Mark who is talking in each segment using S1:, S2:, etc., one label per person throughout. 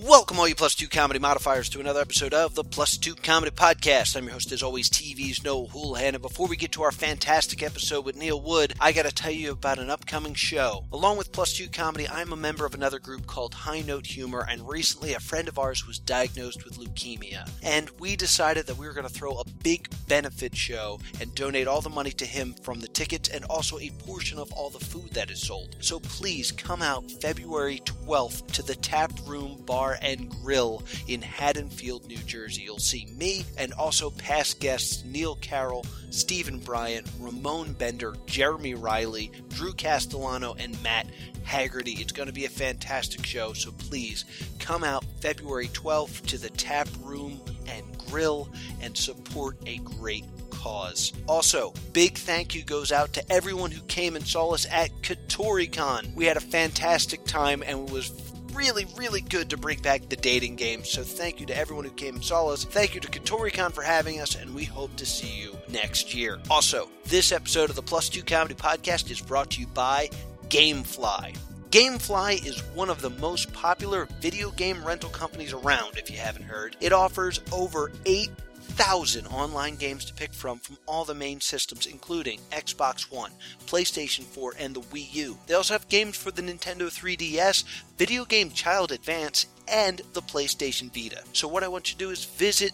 S1: Welcome, all you plus two comedy modifiers, to another episode of the Plus Two Comedy Podcast. I'm your host, as always, TV's Noel Houlihan. And before we get to our fantastic episode with Neil Wood, I got to tell you about an upcoming show. Along with Plus Two Comedy, I'm a member of another group called High Note Humor, and recently a friend of ours was diagnosed with leukemia. And we decided that we were going to throw a big benefit show and donate all the money to him from the tickets and also a portion of all the food that is sold. So please come out February 12th to the Tap Room Bar and Grill in Haddonfield, New Jersey. You'll see me and also past guests Neil Carroll, Stephen Bryant, Ramon Bender, Jeremy Riley, Drew Castellano, and Matt Haggerty. It's going to be a fantastic show, so please come out February 12th to the Tap Room and Grill and support a great cause. Also, big thank you goes out to everyone who came and saw us at KatoriCon. We had a fantastic time and it was really, really good to bring back the dating game. So thank you to everyone who came and saw us. Thank you to KatoriCon for having us, and we hope to see you next year. Also, this episode of the Plus Two Comedy Podcast is brought to you by Gamefly. Gamefly is one of the most popular video game rental companies around, if you haven't heard. It offers over eight thousand online games to pick from from all the main systems, including Xbox One, PlayStation 4, and the Wii U. They also have games for the Nintendo 3DS, Video Game Child Advance, and the PlayStation Vita. So, what I want you to do is visit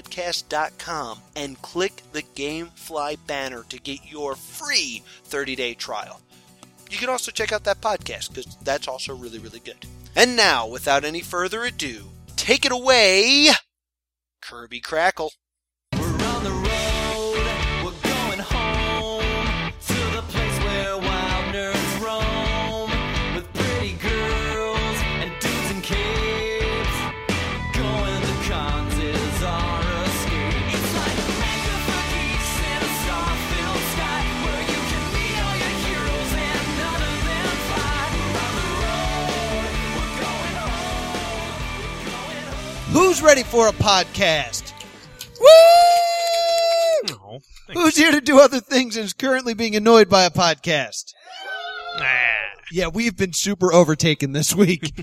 S1: horrormoviepodcast.com and click the Gamefly banner to get your free 30 day trial. You can also check out that podcast because that's also really, really good. And now, without any further ado, take it away. Kirby Crackle.
S2: We're on the road, we're going home to the place where wild nerds roam with pretty girls and dudes in capes. Going to cons is our escape. It's like a mecca for geeks in a star-filled sky where you can meet all your heroes and none of them fly. We're on the road, we're going home, we're going home.
S3: Who's ready for a podcast? Woo!
S4: No.
S3: Who's here to do other things and is currently being annoyed by a podcast? Yeah, we've been super overtaken this week.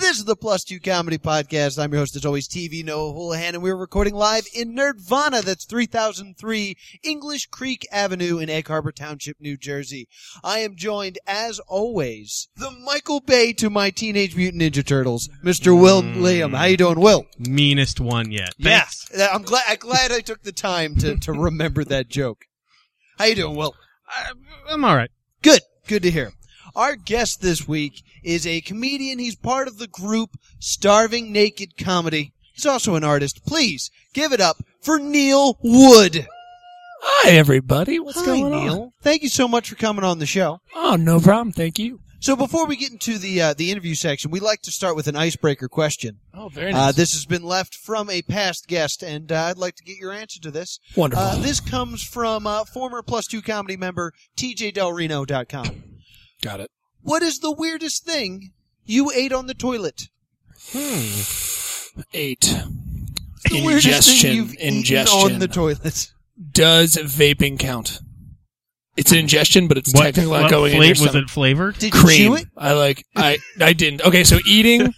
S3: this is the Plus Two Comedy Podcast. I'm your host, as always, TV Noah Houlihan, and we're recording live in Nerdvana. That's 3003 English Creek Avenue in Egg Harbor Township, New Jersey. I am joined, as always, the Michael Bay to my Teenage Mutant Ninja Turtles, Mr. Will Liam. How you doing, Will?
S4: Meanest one yet.
S3: Yes, I'm glad. I'm glad I took the time to, to remember that joke. How you doing, Will?
S4: I, I'm all right.
S3: Good. Good to hear. Our guest this week is a comedian. He's part of the group Starving Naked Comedy. He's also an artist. Please give it up for Neil Wood.
S5: Hi, everybody. What's
S3: Hi,
S5: going
S3: Neil.
S5: on?
S3: Thank you so much for coming on the show.
S5: Oh, no problem. Thank you.
S3: So before we get into the uh, the interview section, we like to start with an icebreaker question.
S5: Oh, very
S3: Uh, this has been left from a past guest, and uh, I'd like to get your answer to this.
S5: Wonderful.
S3: Uh, this comes from uh, former Plus Two comedy member TJDelReno.com.
S5: Got it.
S3: What is the weirdest thing you ate on the toilet?
S5: Eight.
S3: The weirdest thing you've
S5: ingestion.
S3: eaten on the toilet.
S5: Does vaping count? It's an ingestion, but it's
S4: What,
S5: technically
S4: what
S5: not going in
S4: fla-
S5: your
S4: was
S5: stomach.
S4: it flavored?
S3: Did
S5: Cream.
S3: you chew it?
S5: I like. I I didn't. Okay, so eating,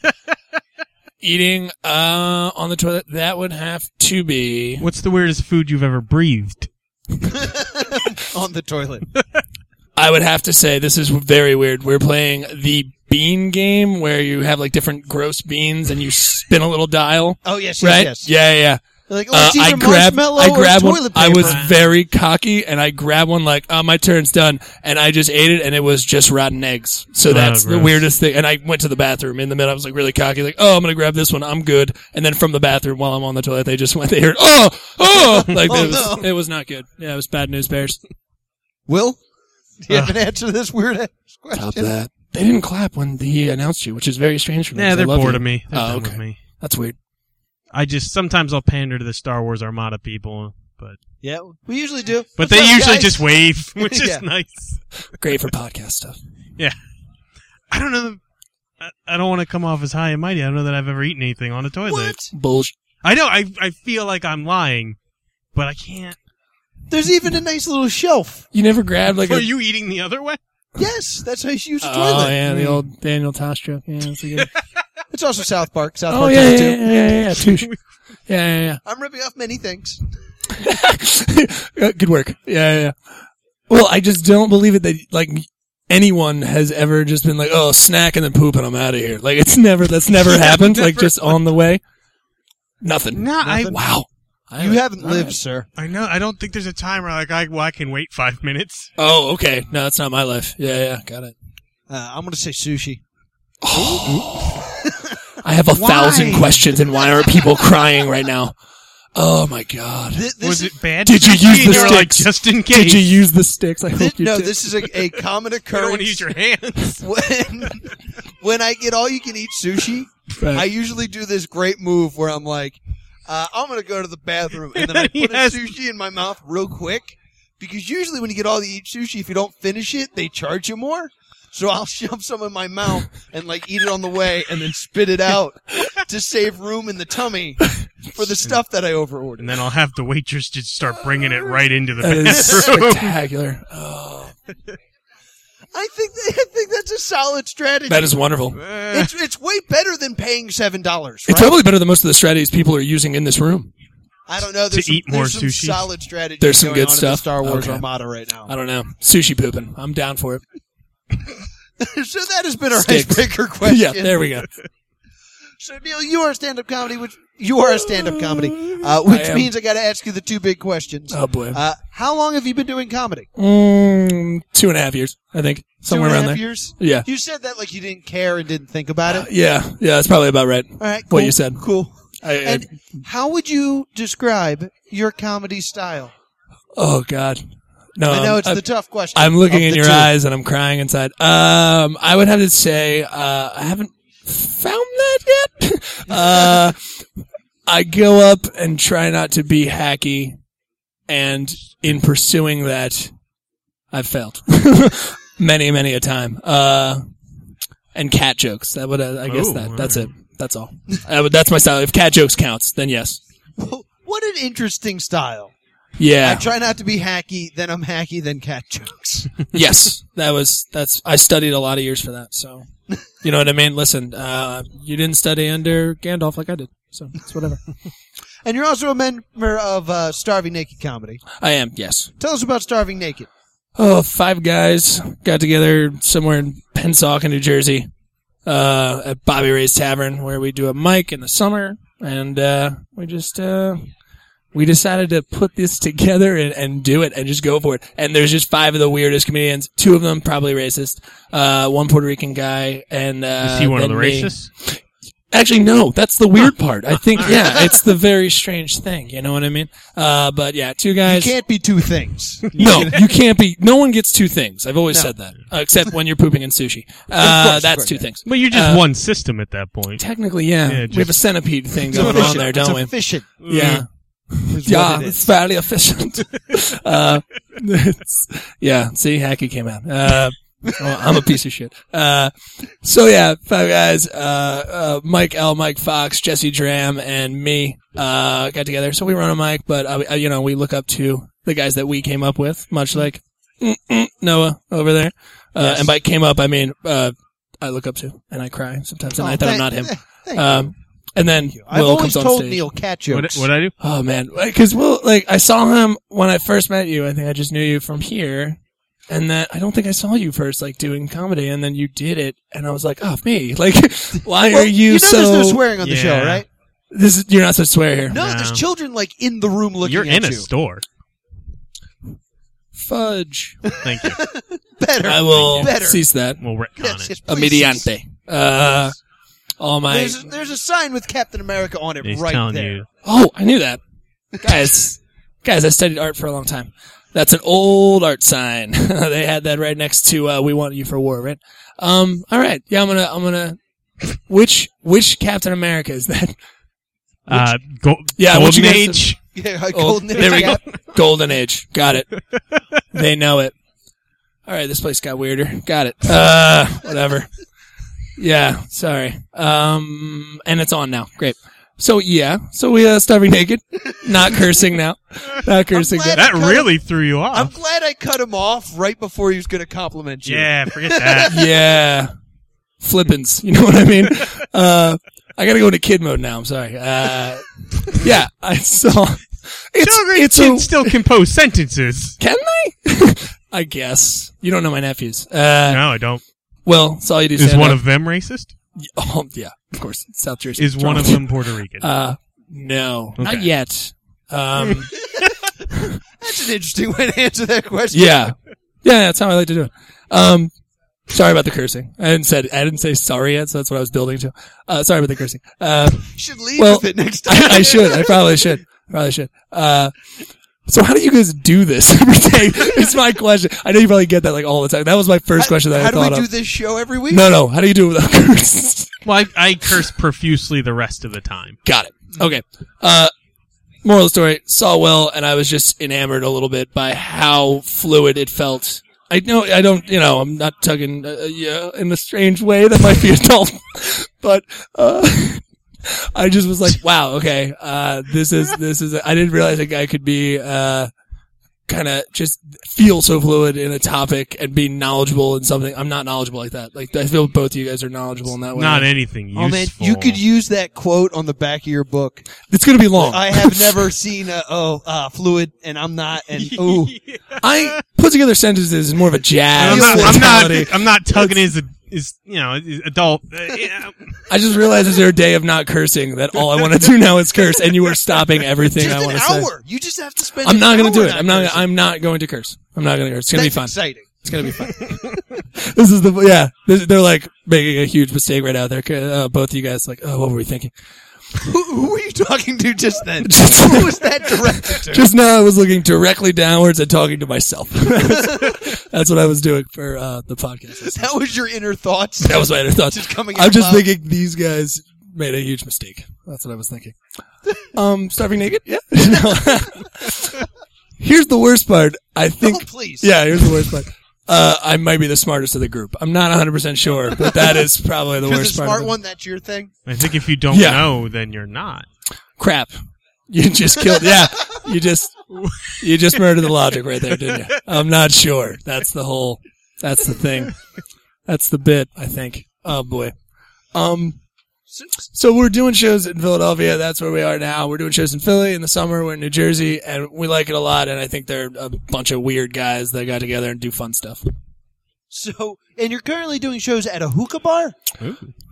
S5: eating uh on the toilet. That would have to be
S4: What's the weirdest food you've ever breathed?
S3: on the toilet.
S5: I would have to say this is very weird. We're playing the bean game where you have like different gross beans and you spin a little dial.
S3: Oh yes, yes,
S5: Right?
S3: yes.
S5: Yeah, yeah, yeah.
S3: Like, oh,
S5: Uh,
S3: it's either marshmallow or
S5: one,
S3: toilet
S5: I
S3: paper.
S5: was very cocky, and I grabbed one like, "Oh, my turn's done," and I just ate it, and it was just rotten eggs. So that's the
S4: gross.
S5: weirdest thing. And I went to the bathroom in the middle. I was like really cocky, like, "Oh, I'm gonna grab this one. I'm good." And then from the bathroom while I'm on the toilet, they just went. They heard, "Oh, oh!" Like
S3: Oh,
S5: it was,
S3: no.
S5: it was not good. Yeah, it was bad news bears.
S3: Will, do you have
S5: Uh.
S3: an answer to this weird ass question?
S5: Stop that. They didn't clap when he announced you, which is very strange for me.
S4: Nah,
S5: 'cause I
S4: they're
S5: love
S4: bored
S5: you.
S4: of me. They're
S5: Oh,
S4: done
S5: okay.
S4: with me.
S5: That's weird.
S4: I just sometimes I'll pander to the Star Wars Armada people, but
S3: Yeah, we usually do.
S4: but
S3: What's
S4: they
S3: up,
S4: usually
S3: guys?
S4: just wave, which
S3: Yeah.
S4: is nice.
S5: Great for podcast stuff.
S4: I don't know. I, I don't want to come off as high and mighty. I don't know that I've ever eaten anything on a toilet.
S3: What?
S5: Bullshit.
S4: I know. I I feel like I'm lying, but I can't.
S3: There's even a nice little shelf.
S5: You never grabbed like
S4: Were
S5: a.
S4: you eating the other way?
S3: Yes, that's how you use a
S5: Oh
S3: toilet.
S5: yeah, the old Daniel Tosh joke. Yeah, that's a good.
S3: It's also South Park. South
S5: Oh
S3: Park
S5: yeah,
S3: does
S5: yeah,
S3: it too.
S5: yeah, yeah, yeah, yeah. touche. Yeah, yeah,
S3: I'm ripping off many things.
S5: yeah. Uh, Good work. Yeah, yeah, yeah. Well, I just don't believe it that like anyone has ever just been like, oh, snack and then poop and I'm out of here. Like it's never that's never happened. Like just on the way, nothing.
S4: No, I,
S5: Wow.
S3: You haven't lived, sir.
S4: I know. I don't think there's a timer. Like I, well, I can wait five minutes.
S5: Oh, okay. No, that's not my life. Yeah, yeah, got it.
S3: Uh, I'm going to say sushi.
S5: I have a
S4: Why?
S5: thousand questions, and why are people crying right now? Oh my god!
S3: Th- this
S4: was
S3: is,
S4: it bad?
S5: Did you
S4: sushi?
S5: use the
S4: And you're like,
S5: sticks?
S4: just in case?
S5: Did you use the sticks? I
S3: thi-
S5: hope you
S3: no,
S5: did.
S3: this is a, a common
S4: You
S3: occurrence.
S4: don't want to use your hands.
S3: when, when I get all you can eat sushi,
S5: Right.
S3: I usually do this great move where I'm like, uh, I'm going to go to the bathroom. And then I put
S4: Yes.
S3: a sushi in my mouth real quick. Because usually when you get all the eat sushi, if you don't finish it, they charge you more. So I'll shove some in my mouth and like eat it on the way and then spit it out to save room in the tummy for the stuff that I overordered.
S4: And then I'll have the waitress just start bringing it right into the
S5: that is
S4: bathroom.
S5: spectacular. Oh,
S3: I think I think that's a solid strategy.
S5: that is wonderful.
S4: Uh,
S3: it's it's way better than paying seven dollars.
S5: It's probably better than most of the strategies people are using in this room.
S3: I don't know. There's some,
S4: eat more
S3: there's some
S4: sushi.
S3: solid strategy.
S5: There's some
S3: going
S5: good
S3: on in the
S5: stuff.
S3: Star Wars
S5: Okay.
S3: Armada right now.
S5: I don't know. Sushi pooping. I'm down for it.
S3: so that has been our
S5: Sticks.
S3: icebreaker question.
S5: Yeah, there we go.
S3: So Neil, you are a stand-up comedy, which you are a stand-up comedy, uh, which
S5: I am.
S3: means I got to ask you the two big questions.
S5: Oh boy.
S3: Uh, how long have you been doing comedy?
S5: Mm, two and a half years, I think, somewhere
S3: Two and a
S5: around
S3: half
S5: there.
S3: years.
S5: Yeah.
S3: You said that like you didn't care and didn't think about it.
S5: Yeah, yeah, that's probably about right.
S3: All right.
S5: what
S3: cool,
S5: you said.
S3: Cool.
S5: I, I-
S3: And how would you describe your comedy style?
S5: oh God, no,
S3: I know it's
S5: I'm,
S3: the tough question.
S5: Um, I'm looking
S3: of
S5: in
S3: the
S5: your
S3: two.
S5: eyes and I'm crying inside. Um, I would have to say uh, I haven't found that yet. uh, I go up and try not to be hacky, and in pursuing that, I've failed many, many a time. Uh, and cat jokes. That would uh, I guess
S4: Oh,
S5: that
S4: all
S5: that's
S4: right.
S5: it. That's all. I would, that's my style. If cat jokes counts, then yes.
S3: What an interesting style.
S5: Yeah.
S3: I try not to be hacky, then I'm hacky, then cat jokes.
S5: yes, that was that's. I studied a lot of years for that, so you know what I mean. Listen, uh, you didn't study under Gandalf like I did, so it's whatever.
S3: and you're also a member of uh, Starving Naked Comedy.
S5: I am. Yes.
S3: Tell us about Starving Naked.
S5: Oh, five guys got together somewhere in Pensauken, New Jersey, uh, at Bobby Ray's Tavern, where we do a mic in the summer, and uh, we just uh, we decided to put this together and, and do it and just go for it. And there's just five of the weirdest comedians. Two of them probably racist. Uh, one Puerto Rican guy, and uh,
S4: is he one of the
S5: then me.
S4: racists?
S5: Actually, no. That's the weird part. I think, yeah, it's the very strange thing. You know what I mean? Uh, but yeah, two
S3: You
S5: guys.
S3: can't be two things.
S5: no, you can't be. No one gets two things. I've always
S3: No.
S5: said that, uh, except when you're pooping in sushi.
S3: Of course,
S5: Uh,
S3: of
S5: that's
S3: course.
S5: two things.
S4: Well, you're just
S5: Uh,
S4: one system at that point.
S5: Technically, yeah,
S4: Yeah,
S5: we have a
S4: just-
S5: centipede thing going on there, don't we?
S3: it's efficient.
S5: Yeah,
S3: is
S5: yeah,
S3: what it
S5: it's
S3: is.
S5: fairly efficient. uh, it's- yeah, see, hacky came out. Uh, well, I'm a piece of shit. Uh, so yeah, five guys, uh, uh, Mike L, Mike Fox, Jesse Dram, and me, uh, got together. So we run a mic, but, uh, we- you know, we look up to the guys that we came up with,
S3: Mm-hmm.
S5: much like mm-mm, Noah over there. Uh, and by came up, I mean, uh, I look up to and I cry sometimes and
S3: Oh,
S5: I thought
S3: thank-
S5: I'm not him.
S3: eh, thank you.
S5: Um, and then
S3: I've
S5: Will
S3: always
S5: comes on
S3: told
S5: stage.
S3: Neil cat
S4: What,
S3: jokes.
S4: what I do?
S5: Oh man, because well, like I saw him when I first met you. I think I just knew you from here, and that I don't think I saw you first, like doing comedy, and then you did it, and I was like, oh me, like why
S3: Well,
S5: are you,
S3: know
S5: so?
S3: there's no swearing on the show,
S4: Yeah.
S3: right?
S5: This is you're not supposed to swear here.
S3: No,
S4: No.
S3: there's children like in the room looking
S4: You're
S3: at
S4: in a
S3: you.
S4: store.
S5: Fudge.
S4: Thank you.
S3: Better.
S5: I will
S3: Better.
S5: cease that.
S4: We'll retcon
S3: Yes,
S4: it.
S3: yes,
S5: A
S3: please.
S5: mediante. Uh, all my.
S3: There's, there's a sign with Captain America on it
S4: He's
S3: right
S4: telling
S3: there.
S4: you.
S5: Oh, I knew that. Guys, guys, I studied art for a long time. That's an old art sign. they had that right next to uh, "We Want You for War," right? Um, all right, yeah, I'm gonna, I'm gonna. Which which Captain America is that?
S4: Uh, go,
S5: Yeah, what you
S4: Golden
S5: guys-
S4: Age.
S3: Yeah, a
S5: Oh,
S3: golden
S5: there we go.
S3: cap.
S5: Golden Age. Got it. they know it. All right, this place got weirder. Got it. Uh, whatever. Yeah, sorry. Um, and it's on now. Great. So yeah, so we uh, starving naked, not cursing now, not cursing.
S3: glad
S4: That
S3: you cut
S4: really threw you
S3: I'm
S4: off.
S3: glad I cut him off right before he was going to compliment you.
S4: Yeah, forget that.
S5: yeah. flippins. You know what I mean? Uh, I gotta go into kid mode now. I'm sorry. Uh, yeah, I saw. It's,
S4: Children
S5: it's
S4: can
S5: a,
S4: still compose sentences.
S5: can they? I guess you don't know my nephews. Uh,
S4: No, I don't.
S5: well, it's all you do.
S4: Is
S5: stand
S4: one
S5: up.
S4: of them racist?
S5: Oh, yeah, of course. South Jersey.
S4: Is one of them Puerto Rican?
S5: Uh, no, not
S4: Okay.
S5: yet. Um,
S3: That's an interesting way to answer that question.
S5: yeah. Yeah, that's how I like to do it. Um, sorry about the cursing. I didn't said I didn't say sorry yet, so that's what I was building to. Uh, sorry about the cursing. Uh,
S3: You should leave
S5: Well,
S3: with it next time.
S5: I, I should. I probably should. Probably should. Uh, so how do you guys do this every day? It's my question. I know you probably get that like all the time. That was my first question that
S3: How
S5: I
S3: do we
S5: thought
S3: do
S5: of.
S3: this show every week?
S5: No, no. How do you do it without curses?
S4: well, I, I curse profusely the rest of the time.
S5: Got it. Okay. Uh, moral of the story: saw well, and I was just enamored a little bit by how fluid it felt. I know I don't, you know, I'm not tugging uh, yeah, in a strange way that might be adult, but uh, I just was like, wow, okay, uh, this is this is. I didn't realize a guy could be. Uh, Kind of just feel so fluid in a topic and be knowledgeable in something. I'm not knowledgeable like that. Like I feel both of you guys are knowledgeable in that way.
S4: Not anything useful.
S3: Oh man, you could use that quote on the back of your book.
S5: it's gonna be long.
S3: I have never seen a oh uh, fluid, and I'm not, and oh
S5: I put together sentences is more of a
S4: I'm
S5: jazz.
S4: not, I'm
S5: mentality.
S4: not. I'm not tugging as a is you know as adult. Uh, yeah.
S5: I just realized it's your day of not cursing that all I want to do now is curse, and you are stopping everything
S3: just
S5: I
S3: an
S5: want to say.
S3: hour. You just have to spend.
S5: I'm
S3: an
S5: not going to
S3: hour
S5: do it. I'm not.
S3: cursing.
S5: I'm not going to curse. I'm not going to curse. It's going to be
S3: That's
S5: fun.
S3: Exciting.
S5: It's going to be fun. this is the yeah. This, they're like making a huge mistake right now. They're uh, both of you guys like, oh, what were we thinking?
S3: Who, who were you talking to just then?
S5: Just-
S3: who was that directed to?
S5: Just now, I was looking directly downwards and talking to myself. That's what I was doing for uh, the podcast.
S3: that was your inner thoughts.
S5: That was my other thought.
S3: Just coming
S5: I'm
S3: out
S5: just
S3: loud.
S5: thinking these guys made a huge mistake. That's what I was thinking. Um, starving naked? Yeah. No. here's the worst part. I think.
S3: oh please.
S5: Yeah, here's the worst part. Uh, I might be the smartest of the group. I'm not 100% sure, but that is probably the
S3: You're the
S5: worst part. of
S3: smart
S5: it.
S3: one. That's your thing.
S4: I think if you don't
S5: Yeah.
S4: know, then you're not.
S5: Crap. You just killed. Yeah. You just, you just murdered the logic right there, didn't you? I'm not sure. That's the whole, that's the thing. That's the bit, I think. Oh boy. Um, So we're doing shows in Philadelphia. That's where we are now. We're doing shows in Philly in the summer. We're in New Jersey, and we like it a lot. And I think they're a bunch of weird guys that got together and do fun stuff.
S3: So, and you're currently doing shows at a hookah bar.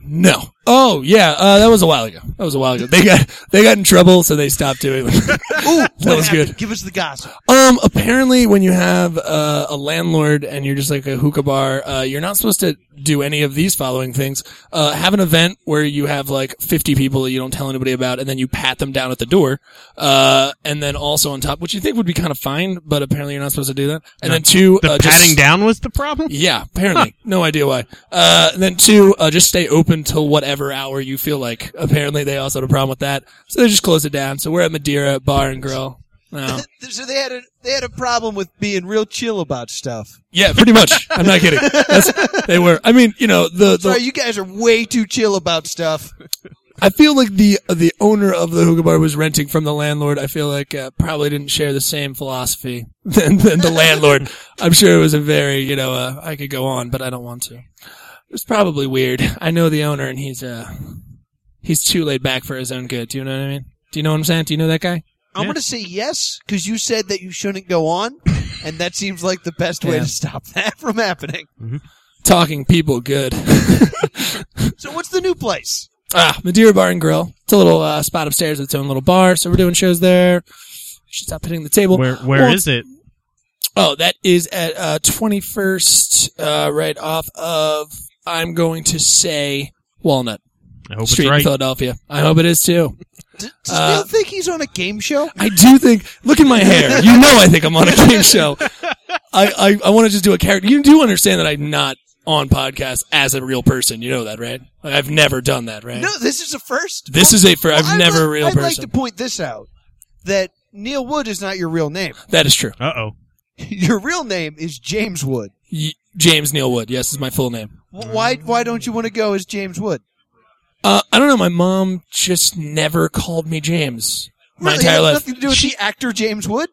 S5: No. Oh yeah, uh, that was a while ago. That was a while ago. They got they got in trouble, so they stopped doing. it.
S3: Ooh, what
S5: was
S3: happened?
S5: good.
S3: Give us the gossip.
S5: um, apparently, when you have uh, a landlord and you're just like a hookah bar, uh, you're not supposed to do any of these following things. Uh, have an event where you have like 50 people that you don't tell anybody about, and then you pat them down at the door. Uh, and then also on top, which you think would be kind of fine, but apparently you're not supposed to do that. And then two,
S4: The
S5: uh, just-
S4: patting down was the problem.
S5: yeah, apparently. No idea why. Uh, then two, uh, just stay open till whatever hour you feel like. Apparently they also had a problem with that. So they just closed it down. So we're at Madeira Bar and Grill. now.
S3: So they had a they had a problem with being real chill about stuff.
S5: yeah, pretty much. I'm not kidding. That's, they were. I mean, you know, the, the
S3: Sorry, you guys are way too chill about stuff.
S5: I feel like the the owner of the hookah bar was renting from the landlord. I feel like uh, probably didn't share the same philosophy than, than the landlord. I'm sure it was a very you know uh, I could go on, but I don't want to. It was probably weird. I know the owner, and he's uh he's too laid back for his own good. Do you know what I mean? Do you know what I'm saying? Do you know that guy?
S3: I'm
S4: Yeah.
S3: going to say yes because you said that you shouldn't go on, and that seems like the best way
S5: Yeah.
S3: to stop that from happening.
S5: Talking people good.
S3: So, what's the new place?
S5: Ah, Madeira Bar and Grill. It's a little uh, spot upstairs with its own little bar. So we're doing shows there. Should stop hitting the table.
S4: Where
S5: Well,
S4: where is it?
S5: Oh, that is at uh, 21st, uh, right off of, I'm going to say, Walnut
S4: I hope
S5: Street
S4: it's
S5: in
S4: right.
S5: Philadelphia. I hope it is too.
S3: D- Does
S5: Uh,
S3: Neil think he's on a game show?
S5: I do think, look at my hair. You know I think I'm on a game show. I, I, I want to just do a character. You do understand that I'm not on podcast as a real person. You know that, right? Like, I've never done that, right?
S3: No, this is a first.
S5: This is a for I've
S3: I'd
S5: never
S3: like-
S5: a real
S3: I'd
S5: person.
S3: like to point this out that Neil Wood is not your real name.
S5: that is true.
S4: Uh oh.
S3: Your real name is James Wood.
S5: Y- James Neil Wood. Yes, is my full name.
S3: W- Why? Why don't you want to go as James Wood?
S5: Uh, I don't know. My mom just never called me James my
S3: Really
S5: entire
S3: has
S5: life.
S3: nothing to do with
S5: She-
S3: the actor James Wood.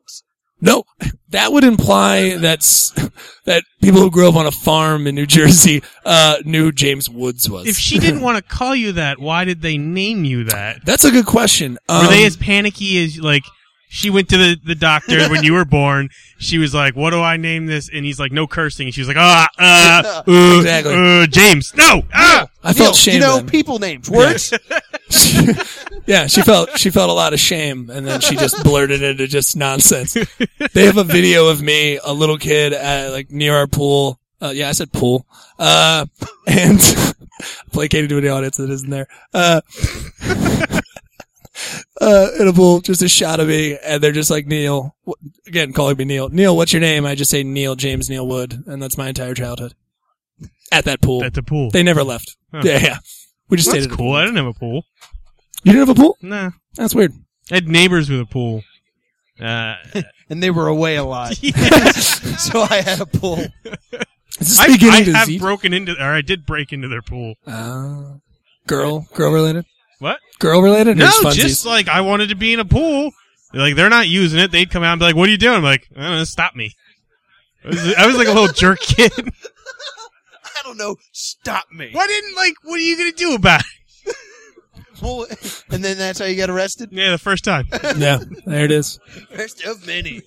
S5: No, that would imply that's that people who grew up on a farm in New Jersey uh, knew James Woods was.
S4: If she didn't want to call you that, why did they name you that?
S5: that's a good question.
S4: Were
S5: Um,
S4: they as panicky as like she went to the, the doctor when you were born? She was like, "What do I name this?" And he's like, "No cursing." And she was like, "Ah, uh, uh,
S5: Exactly.
S4: uh, James, no, ah."
S5: I
S3: Neil,
S5: felt shame.
S3: you know,
S5: then.
S3: people names, words.
S5: yeah, she felt she felt a lot of shame, and then she just blurted into just nonsense. They have a video of me, a little kid, at, like near our pool. Uh, yeah, I said pool, uh, and placated to an audience that isn't there. Uh, uh, in a pool, just a shot of me, and they're just like Neil wh- again, calling me Neil. Neil, what's your name? I just say Neil James Neil Wood, and that's my entire childhood at that pool.
S4: That's a pool.
S5: they never left.
S4: Huh.
S5: Yeah, yeah. We just
S4: That's
S5: stayed. at-
S4: cool. I didn't have a pool.
S5: You didn't have a pool?
S4: Nah,
S5: That's weird.
S4: I had neighbors with a pool. Uh,
S3: and they were away a lot. so I had a pull.
S5: Is this
S4: I,
S5: beginning
S4: I
S5: to
S4: have
S5: Z-
S4: broken into, or I did break into their pool.
S5: Ah. girl, girl related,
S4: What?
S5: girl related. or
S4: No,
S5: funsies?
S4: just like I wanted to be in a pool. Like they're not using it. They'd come out and be like, "What are you doing?" I'm like, I don't know, "Stop me." I was, I was like a little jerk kid.
S3: I don't know. Stop me.
S4: Why didn't like? What are you gonna do about it?
S3: Well, and then that's how you got arrested.
S4: Yeah, the first time.
S5: yeah, there it is.
S3: First of many.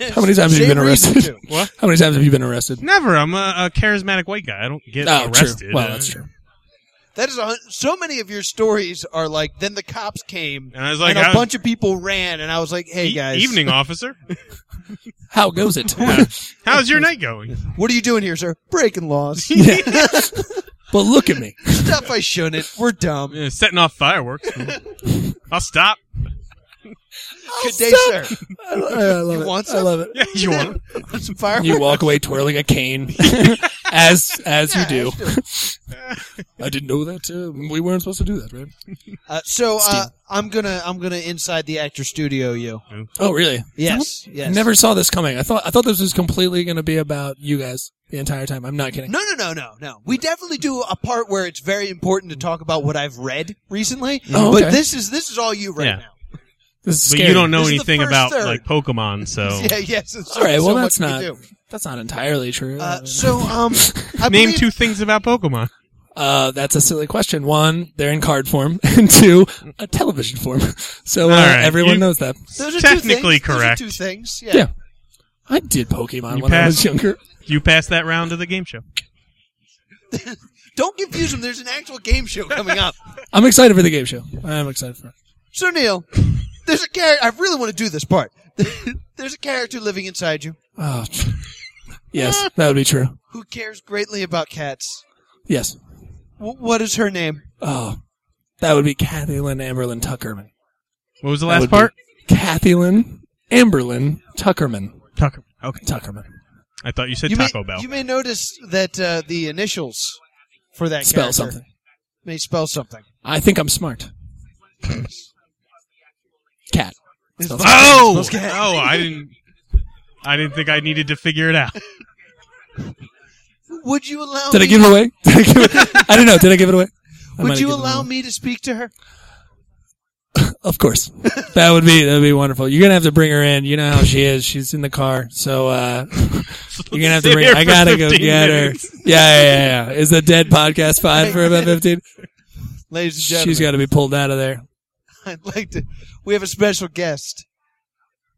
S5: How many times have you
S3: Same
S5: been
S3: reason,
S5: arrested?
S3: too.
S4: What?
S5: How many times have you been arrested?
S4: Never. I'm a, a charismatic white guy. I don't get
S5: Oh,
S4: arrested.
S5: true. Well,
S4: Uh,
S5: that's true.
S3: That is a, hun- so many of your stories are like. Then the cops came,
S4: And I was like,
S3: and a
S4: I-
S3: bunch of people ran, and I was like, "Hey
S4: E-
S3: guys,
S4: evening officer.
S5: How goes it?
S4: How's your night going?
S3: what are you doing here, sir? Breaking laws,
S5: but look at me.
S3: stuff I shouldn't. We're dumb.
S4: Yeah, setting off fireworks. I'll stop.
S3: Good day, sir.
S5: I, I love
S3: You
S5: it.
S3: want
S5: I
S3: some?
S5: love it.
S4: Yeah, you want?
S3: Want some fireworks?
S5: You walk away twirling a cane, as as you do. I didn't know that. Uh, we weren't supposed to do that, right?
S3: Uh, so uh,
S5: Steve.
S3: I'm gonna I'm gonna inside the actor studio. You.
S5: Oh, really?
S3: Yes. Yes.
S5: Never saw this coming. I thought I thought this was completely going to be about you guys the entire time. I'm not kidding.
S3: No, no, no, no, no. We definitely do a part where it's very important to talk about what I've read recently.
S5: Oh, okay.
S3: But this is this is all you right
S4: Yeah.
S3: now.
S5: This is
S4: But
S5: scary.
S4: you don't know
S3: This is the
S4: anything
S3: first
S4: about
S3: third.
S4: like Pokemon, so
S3: Yeah, yes. it's
S5: All right.
S3: so
S5: Well,
S3: much
S5: that's
S3: we
S5: not
S3: do.
S5: that's not entirely true.
S3: Uh, so, um, I
S4: name
S3: believe-
S4: two things about Pokemon.
S5: Uh, that's a silly question. One, they're in card form, and two, a television form. So uh,
S4: All right,
S5: everyone
S4: you-
S5: knows that.
S3: Those are
S4: Technically
S3: two things. Those are
S4: correct.
S3: two things. Yeah.
S5: Yeah. I did Pokemon
S4: You
S5: when I was
S4: passed.
S5: younger.
S4: You pass that round to the game show.
S3: Don't confuse them. There's an actual game show coming up.
S5: I'm excited for the game show. I'm excited for it.
S3: so Neil, there's a character. I really want to do this part. there's a character living inside you
S5: Oh, yes, that would be true.
S3: who cares greatly about cats.
S5: Yes.
S3: W- what is her name?
S5: Oh, that would be Kathy Lynn Amberlin Tuckerman.
S4: What was the
S5: That
S4: last
S5: would be
S4: part?
S5: Kathy Lynn Amberlin Tuckerman.
S4: Taco. Okay.
S5: Tuckerman.
S4: I thought you said
S3: You may,
S4: Taco Bell.
S3: you may notice that uh, the initials for that
S5: Spell
S3: character
S5: something.
S3: may spell something.
S5: I think I'm smart. Cat. Spell something.
S4: Oh, oh, I didn't. I didn't think I needed to figure it out.
S3: Would you allow?
S5: Did I
S3: me,
S5: give it away? Did I, give it, I don't know. Did I give it away? I might
S3: Oh, Would
S5: have
S3: you
S5: given it
S3: allow
S5: away.
S3: me to speak to her?
S5: Of course. That would be that would be wonderful. You're gonna have to bring her in. You know how she is. She's in the car. So uh you're gonna have to
S4: Sit
S5: bring
S4: here
S5: I
S4: for
S5: gotta go
S4: 15
S5: get
S4: minutes.
S5: her. Yeah, yeah, yeah, yeah. Is the dead podcast fine for about fifteen?
S3: Ladies and gentlemen,
S5: She's gotta be pulled out of there.
S3: I'd like to. We have a special guest.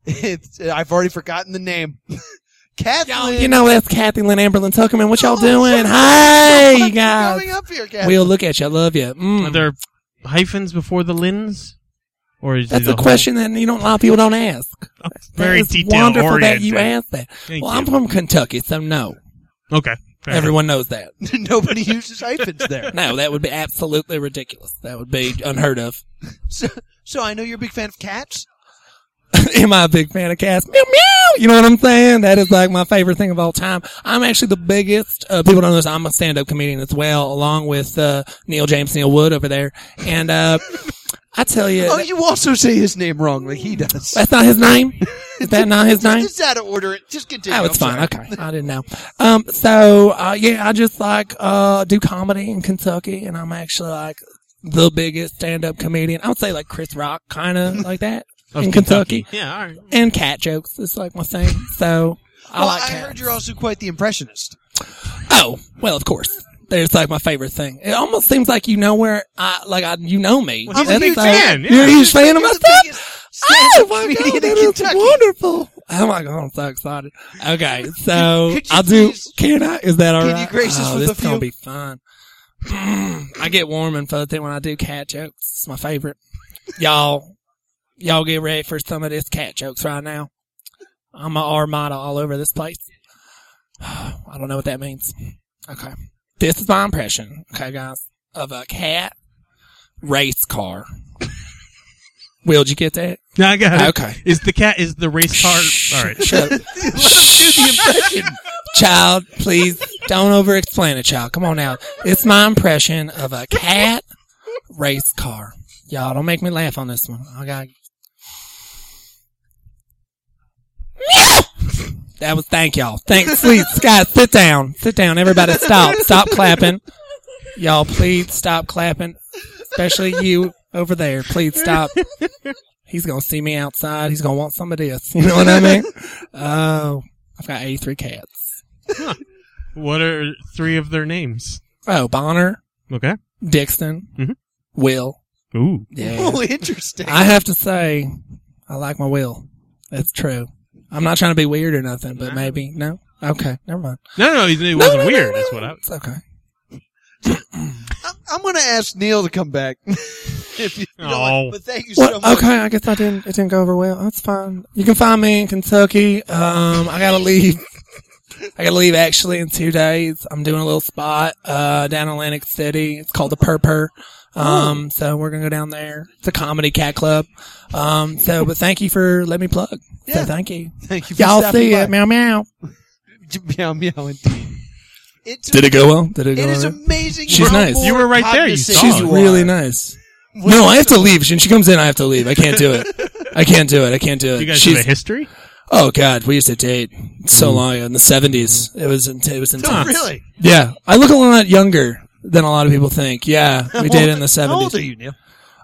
S3: It's, I've already forgotten the name. Kathleen.
S5: You know that's Kathy Lynn Amberlin Tuckerman. What y'all
S3: Hey,
S5: doing? Hi you
S3: coming
S5: guys.
S3: up here, Kathleen.
S5: We'll look at you. I love you.
S4: Are
S5: Mm.
S4: there hyphens before the lins? Or is
S5: That's
S4: it
S5: a question that you don't a lot of people don't ask.
S4: whole-
S5: That
S4: very
S5: is
S4: detail
S5: wonderful that you
S4: oriented.
S5: asked that.
S4: Thank
S5: well,
S4: you.
S5: I'm from Kentucky, so no.
S4: Okay. fair enough.
S5: Everyone knows that.
S3: Nobody uses hyphens there.
S5: No, that would be absolutely ridiculous. That would be unheard of.
S3: So, so I know you're a big fan of cats.
S5: Am I a big fan of cats? Meow meow. You know what I'm saying? That is like my favorite thing of all time. I'm actually the biggest. Uh, people don't know this. I'm a stand-up comedian as well, along with uh, Neil James Neil Wood over there. And uh, I tell you,
S3: Oh, you also say his name wrong, like he does.
S5: that's not his name. Is that not his name?
S3: Just out of order. Just continue.
S5: Oh, it's
S3: I'm
S5: fine.
S3: sorry.
S5: Okay, I didn't know. Um, so uh, yeah, I just like uh do comedy in Kentucky, and I'm actually like the biggest stand-up comedian. I would say like Chris Rock, kind of like that.
S4: Of
S5: in Kentucky.
S4: Yeah, all right.
S5: and cat jokes is like my thing. So I
S3: well,
S5: like
S3: I
S5: cats.
S3: heard you're also quite the impressionist.
S5: Oh, well, of course. There's like my favorite thing. It almost seems like you know where I like I you know me.
S4: Well, he's a
S5: That's
S4: huge
S5: like-
S4: fan. Yeah.
S5: You're a huge fan of my
S3: Here's the
S5: stuff.
S3: thing is,
S5: Oh
S3: stand-up
S5: my
S3: comedian
S5: god,
S3: in
S5: that is
S3: Kentucky.
S5: wonderful! Oh my god, I'm so excited. Okay, so
S3: Could you
S5: I'll do.
S3: please-
S5: Can I? Is that all
S3: Can
S5: right?
S3: you grace us
S5: oh,
S3: with
S5: this
S3: a
S5: is gonna
S3: few?
S5: be fun. Mm, I get warm and fuzzy when I do cat jokes. It's my favorite. Y'all, y'all get ready for some of this cat jokes right now. I'm a armada all over this place. I don't know what that means. Okay, this is my impression. Okay, guys, of a cat race car. Will did you get that?
S4: No, I got it.
S5: Okay.
S4: Is the cat is the race car? All right.
S5: Shut up. Child, please don't over explain it, child. Come on now. It's my impression of a cat race car. Y'all, don't make me laugh on this one. I got. Meow! That was thank y'all. Thanks, please, guys. Sit down, sit down. Everybody, stop, stop clapping. Y'all, please stop clapping, especially you over there. Please stop. He's gonna see me outside. He's gonna want some of this. You know what I mean? Oh, I've got eighty-three cats.
S4: What are three of their names?
S5: Oh, Bonner,
S4: Okay.
S5: Dixon,
S4: Mhm.
S5: Will.
S4: Ooh.
S5: Yeah.
S3: Oh, interesting.
S5: I have to say, I like my Will. That's true. I'm not trying to be weird or nothing, but maybe no. Okay, never mind.
S4: No, no, it
S5: No,
S4: wasn't
S5: no, no,
S4: weird.
S5: no.
S4: That's what I.
S5: It's okay.
S3: I'm, I'm going to ask Neil to come back. if you, you know what,
S4: Oh.
S3: but thank you so
S5: Well,
S3: much.
S5: okay, I guess I didn't. It didn't go over well. That's fine. You can find me in Kentucky. Um, I gotta leave. I gotta leave actually in two days. I'm doing a little spot uh, down in Atlantic City. It's called the Purper.
S3: Oh.
S5: Um, so we're gonna go down there. It's a comedy cat club. Um, so but thank you for letting me plug.
S3: Yeah.
S5: So thank you.
S3: Thank you. For
S5: Y'all
S3: stopping
S5: see
S3: by.
S5: it. Meow meow.
S3: meow meow indeed. It's,
S5: Did it go well? Did it go?
S3: it is
S5: well? Oh,
S3: amazing.
S5: She's
S3: how
S5: nice.
S3: more
S4: You were right there, you
S3: cognizant
S4: saw
S5: She's
S4: it.
S3: you
S5: really
S3: are.
S5: nice.
S3: When-
S5: no, I have to leave. When she comes in, I have to leave. I can't do it. I can't do it. I can't do it.
S4: You guys
S5: She's-
S4: have a history?
S5: Oh God, we used to date so long ago in the seventies. It was in, it was intense.
S3: Mm-hmm. Oh, Really?
S5: Yeah, I look a lot younger than a lot of people think. Yeah, we dated in the
S3: How old are
S5: seventies.
S3: you, Neil?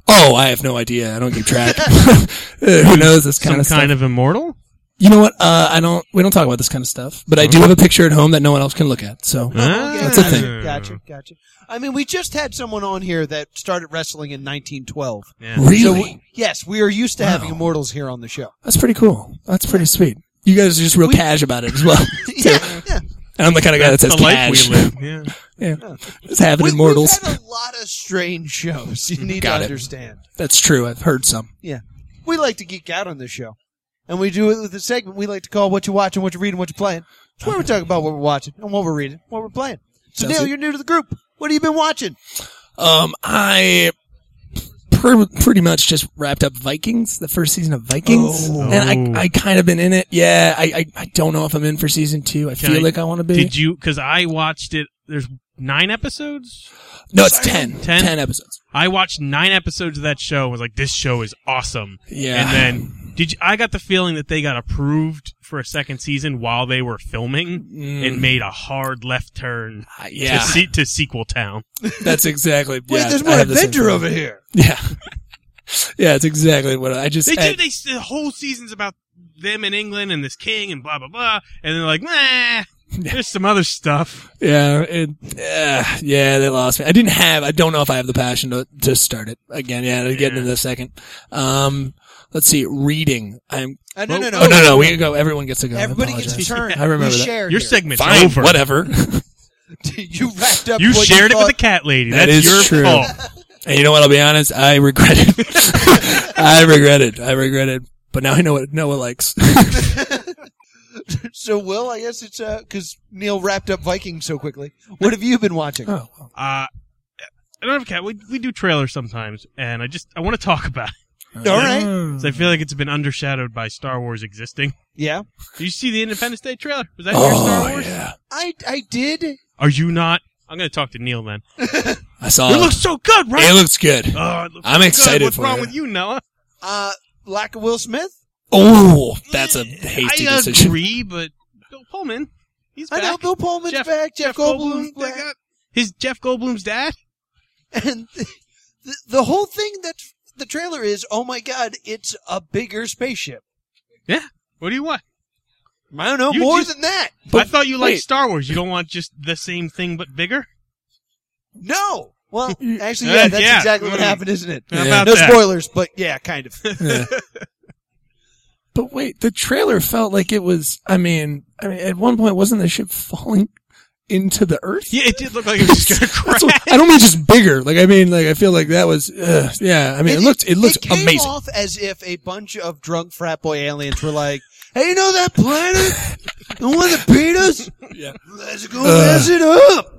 S5: Oh, I have no idea. I don't keep track. Who knows this kind
S4: Some
S5: of stuff?
S4: kind of immortal?
S5: you know what? Uh, I don't. We don't talk about this kind of stuff. But I
S3: Uh-huh.
S5: do have a picture at home that no one else can look at. So
S4: Ah.
S5: Oh, That's a thing.
S3: Gotcha, gotcha. I mean, we just had someone on here that started wrestling in 1912.
S4: Yeah.
S5: really,
S3: Yes, we are used to having
S5: Wow.
S3: immortals here on the show.
S5: that's pretty cool. That's pretty sweet. You guys are just real cash about it as well.
S3: Yeah, yeah.
S5: And I'm the kind of guy that
S4: That's
S5: says
S4: the life
S5: cash.
S4: we live. Yeah.
S5: Yeah, just having
S3: We, we've
S5: immortals.
S3: had a lot of strange shows. You need
S5: Got
S3: to
S5: it.
S3: understand.
S5: That's true. I've heard some.
S3: Yeah, we like to geek out on this show, and we do it with a segment we like to call "What You Watching, What You Reading, What You Playing." It's where we talk about what we're watching and what we're reading, what we're playing. So,
S5: Sounds
S3: Neil,
S5: good.
S3: you're new to the group. What have you been watching?
S5: Um, I pr- pretty much just wrapped up Vikings, the first season of Vikings,
S3: Oh.
S5: and I I kind of been in it. Yeah, I, I I don't know if I'm in for season two. I
S4: Can
S5: feel
S4: I-
S5: like I want to be.
S4: Did you? Because I watched it. There's nine episodes.
S5: no, it's 10,
S4: 10?
S5: 10 episodes.
S4: I watched nine episodes of that show. and Was like, this show is awesome.
S5: Yeah.
S4: And then did you, I got the feeling that they got approved for a second season while they were filming
S5: Mm.
S4: and made a hard left turn
S5: Uh, yeah,
S4: to, se- to sequel town.
S5: that's exactly.
S3: Wait,
S5: yeah,
S3: there's
S5: I
S3: more
S5: have the same
S3: adventure
S5: thing.
S3: over here.
S5: Yeah, yeah, it's exactly what I I just.
S4: They
S5: I-
S4: do. They the whole season's about them in England and this king and blah blah blah. And they're like, nah, there's some other stuff.
S5: Yeah, it, uh, yeah, they lost me. I didn't have. I don't know if I have the passion to to start it again. Yeah, to get into the second. Um, let's see. Reading. I'm.
S3: Uh, no, no, no.
S5: Oh no, no. We can go. Everyone gets to go. I
S3: Everybody gets a
S5: apologize.
S3: turn.
S5: I remember
S3: you
S5: that.
S3: Share
S4: Your
S3: here.
S4: segment's
S5: Fine,
S4: over.
S5: whatever.
S3: you wrapped up.
S4: You
S3: what
S4: shared it with the
S3: thought-
S4: cat lady.
S5: That
S4: That's
S5: is
S4: your
S5: true.
S4: fault.
S5: and you know what? I'll be honest. I regret it. I regret it. I regret it. But now I know what Noah likes.
S3: So, Will, I guess it's because Neil wrapped up Vikings so quickly. What have you been watching?
S5: oh,
S4: Uh, I don't have a cat. We, we do trailers sometimes, and I just I want to talk about it
S3: All right.
S4: 'Cause I feel like it's been undershadowed by Star Wars existing.
S3: Yeah,
S4: Did you see the Independence Day trailer? Was that your Star
S5: Oh
S4: Wars?
S5: yeah.
S3: I I did.
S4: Are you not? I'm gonna talk to Neil then.
S5: I saw
S4: it looks so good, right?
S5: It looks good.
S4: oh, it looks
S5: Uh, I'm
S4: so
S5: excited
S4: Good. What's
S5: for
S4: wrong
S5: it.
S4: with you, Noah?
S3: Uh, lack of Will Smith.
S5: Oh, that's a hasty
S4: I
S5: decision.
S4: agree, but Bill Pullman, he's
S3: I
S4: back.
S3: know Bill Pullman's
S4: Jeff-
S3: back. Jeff, Goldblum's
S4: they
S3: back.
S4: got- His Jeff Goldblum's dad.
S3: and the, the whole thing that the trailer is, oh my god, it's a bigger spaceship.
S4: What do you want?
S3: I don't know,
S4: You
S3: more
S4: just-
S3: than that.
S4: I thought you liked
S5: wait.
S4: Star Wars. You don't want just the same thing but bigger?
S3: No. Well, actually,
S4: Uh,
S3: yeah, that's
S4: yeah.
S3: exactly what
S4: Mm.
S3: happened, isn't it?
S4: How
S5: Yeah.
S4: about
S3: No
S4: that?
S3: spoilers, but yeah, kind of.
S5: Yeah. but wait, the trailer felt like it was. I mean, I mean, at one point, wasn't the ship falling into the earth?
S4: Yeah, it did look like it was just gonna crash.
S5: That's what- I don't mean just bigger. Like I mean, like I feel like that was. Uh, yeah, I mean, it, looked it looked
S3: came
S5: amazing.
S3: off as if a bunch of drunk frat boy aliens were like, "Hey, you know that planet? the one that beat us?
S5: Yeah.
S3: Let's go mess it up."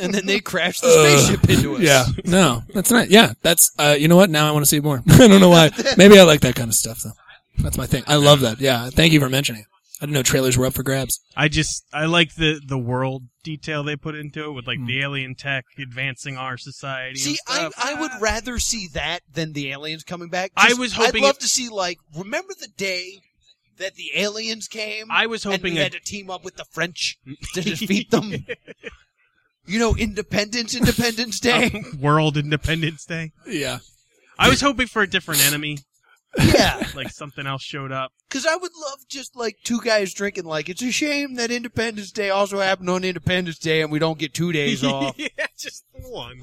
S3: And then they crashed the spaceship into us.
S5: Uh, Yeah, no, that's not. Yeah, that's. Uh, you know what? Now I want to see more. I don't know why. Maybe I like that kind of stuff though. That's my thing. I love that. Yeah, thank you for mentioning it. I didn't know trailers were up for grabs.
S4: I just I like the the world detail they put into it with like the alien tech advancing our society. and
S3: See, I,
S4: stuff.
S3: I would rather see that than the aliens coming back.
S4: I was hoping
S3: I'd love
S4: it-
S3: to see like remember the day that the aliens came.
S4: I was
S3: and
S4: hoping
S3: we
S4: a-
S3: had to team up with the French to defeat them. you know, Independence Independence Day.
S4: World Independence Day.
S5: Yeah,
S4: I was hoping for a different enemy, Oh.
S3: yeah.
S4: like something else showed up.
S3: Because I would love just like two guys drinking. Like it's a shame that Independence Day also happened on Independence Day, and we don't get two days off.
S4: yeah, just the one.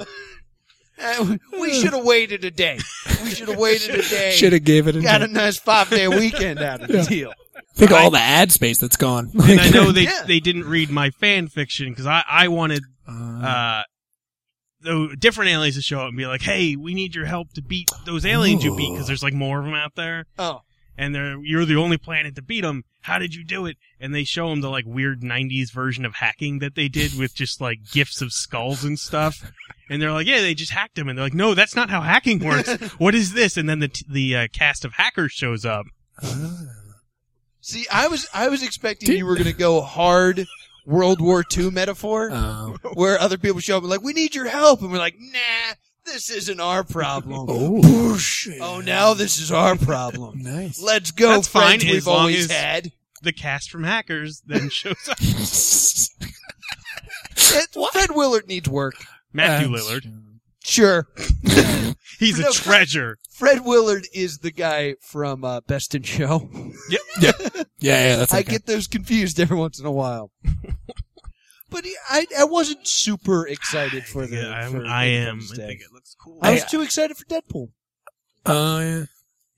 S3: Uh, we should have waited a day. We should have waited a day.
S5: should have gave it. a-
S3: got a nice five day weekend out of the deal.
S5: Think of all the ad space that's gone.
S4: And I know they
S3: Yeah.
S4: they didn't read my fan fiction because I I wanted
S5: Uh,
S4: uh the different aliens to show up and be like, hey, we need your help to beat those aliens you beat because there's like more of them out there.
S3: Oh,
S4: and they're you're the only planet to beat them. How did you do it? And they show them the like weird '90s version of hacking that they did with just like gifts of skulls and stuff. And they're like, yeah, they just hacked him. And they're like, no, that's not how hacking works. What is this? And then the t- the uh, cast of hackers shows up.
S3: see, I was I was expecting
S5: Dude.
S3: you were gonna go hard World War II metaphor,
S4: Uh.
S5: oh.
S3: where other people show up and like, we need your help, and we're like, nah, this isn't our problem.
S5: Oh,
S3: Oh, now this is our problem.
S5: nice.
S3: Let's go,
S4: That's fine,
S3: friends we've
S4: as long
S3: always
S4: as-
S3: had.
S4: The cast from hackers then shows up.
S3: Fred- Fred Willard needs work.
S4: Matthew
S5: That's
S4: Lillard,
S5: true.
S3: Sure.
S4: he's
S3: No.
S4: a treasure.
S3: Fred Willard is the guy from uh, Best in Show.
S5: Yeah, yeah, that's
S3: I
S5: okay.
S3: get those confused every once in a while. but he, I, I wasn't super excited for the.
S4: Yeah, I'm,
S3: for
S4: I am.
S3: Independence
S4: I
S3: Day.
S4: think it looks cool.
S3: I was too excited for Deadpool.
S5: Oh, yeah.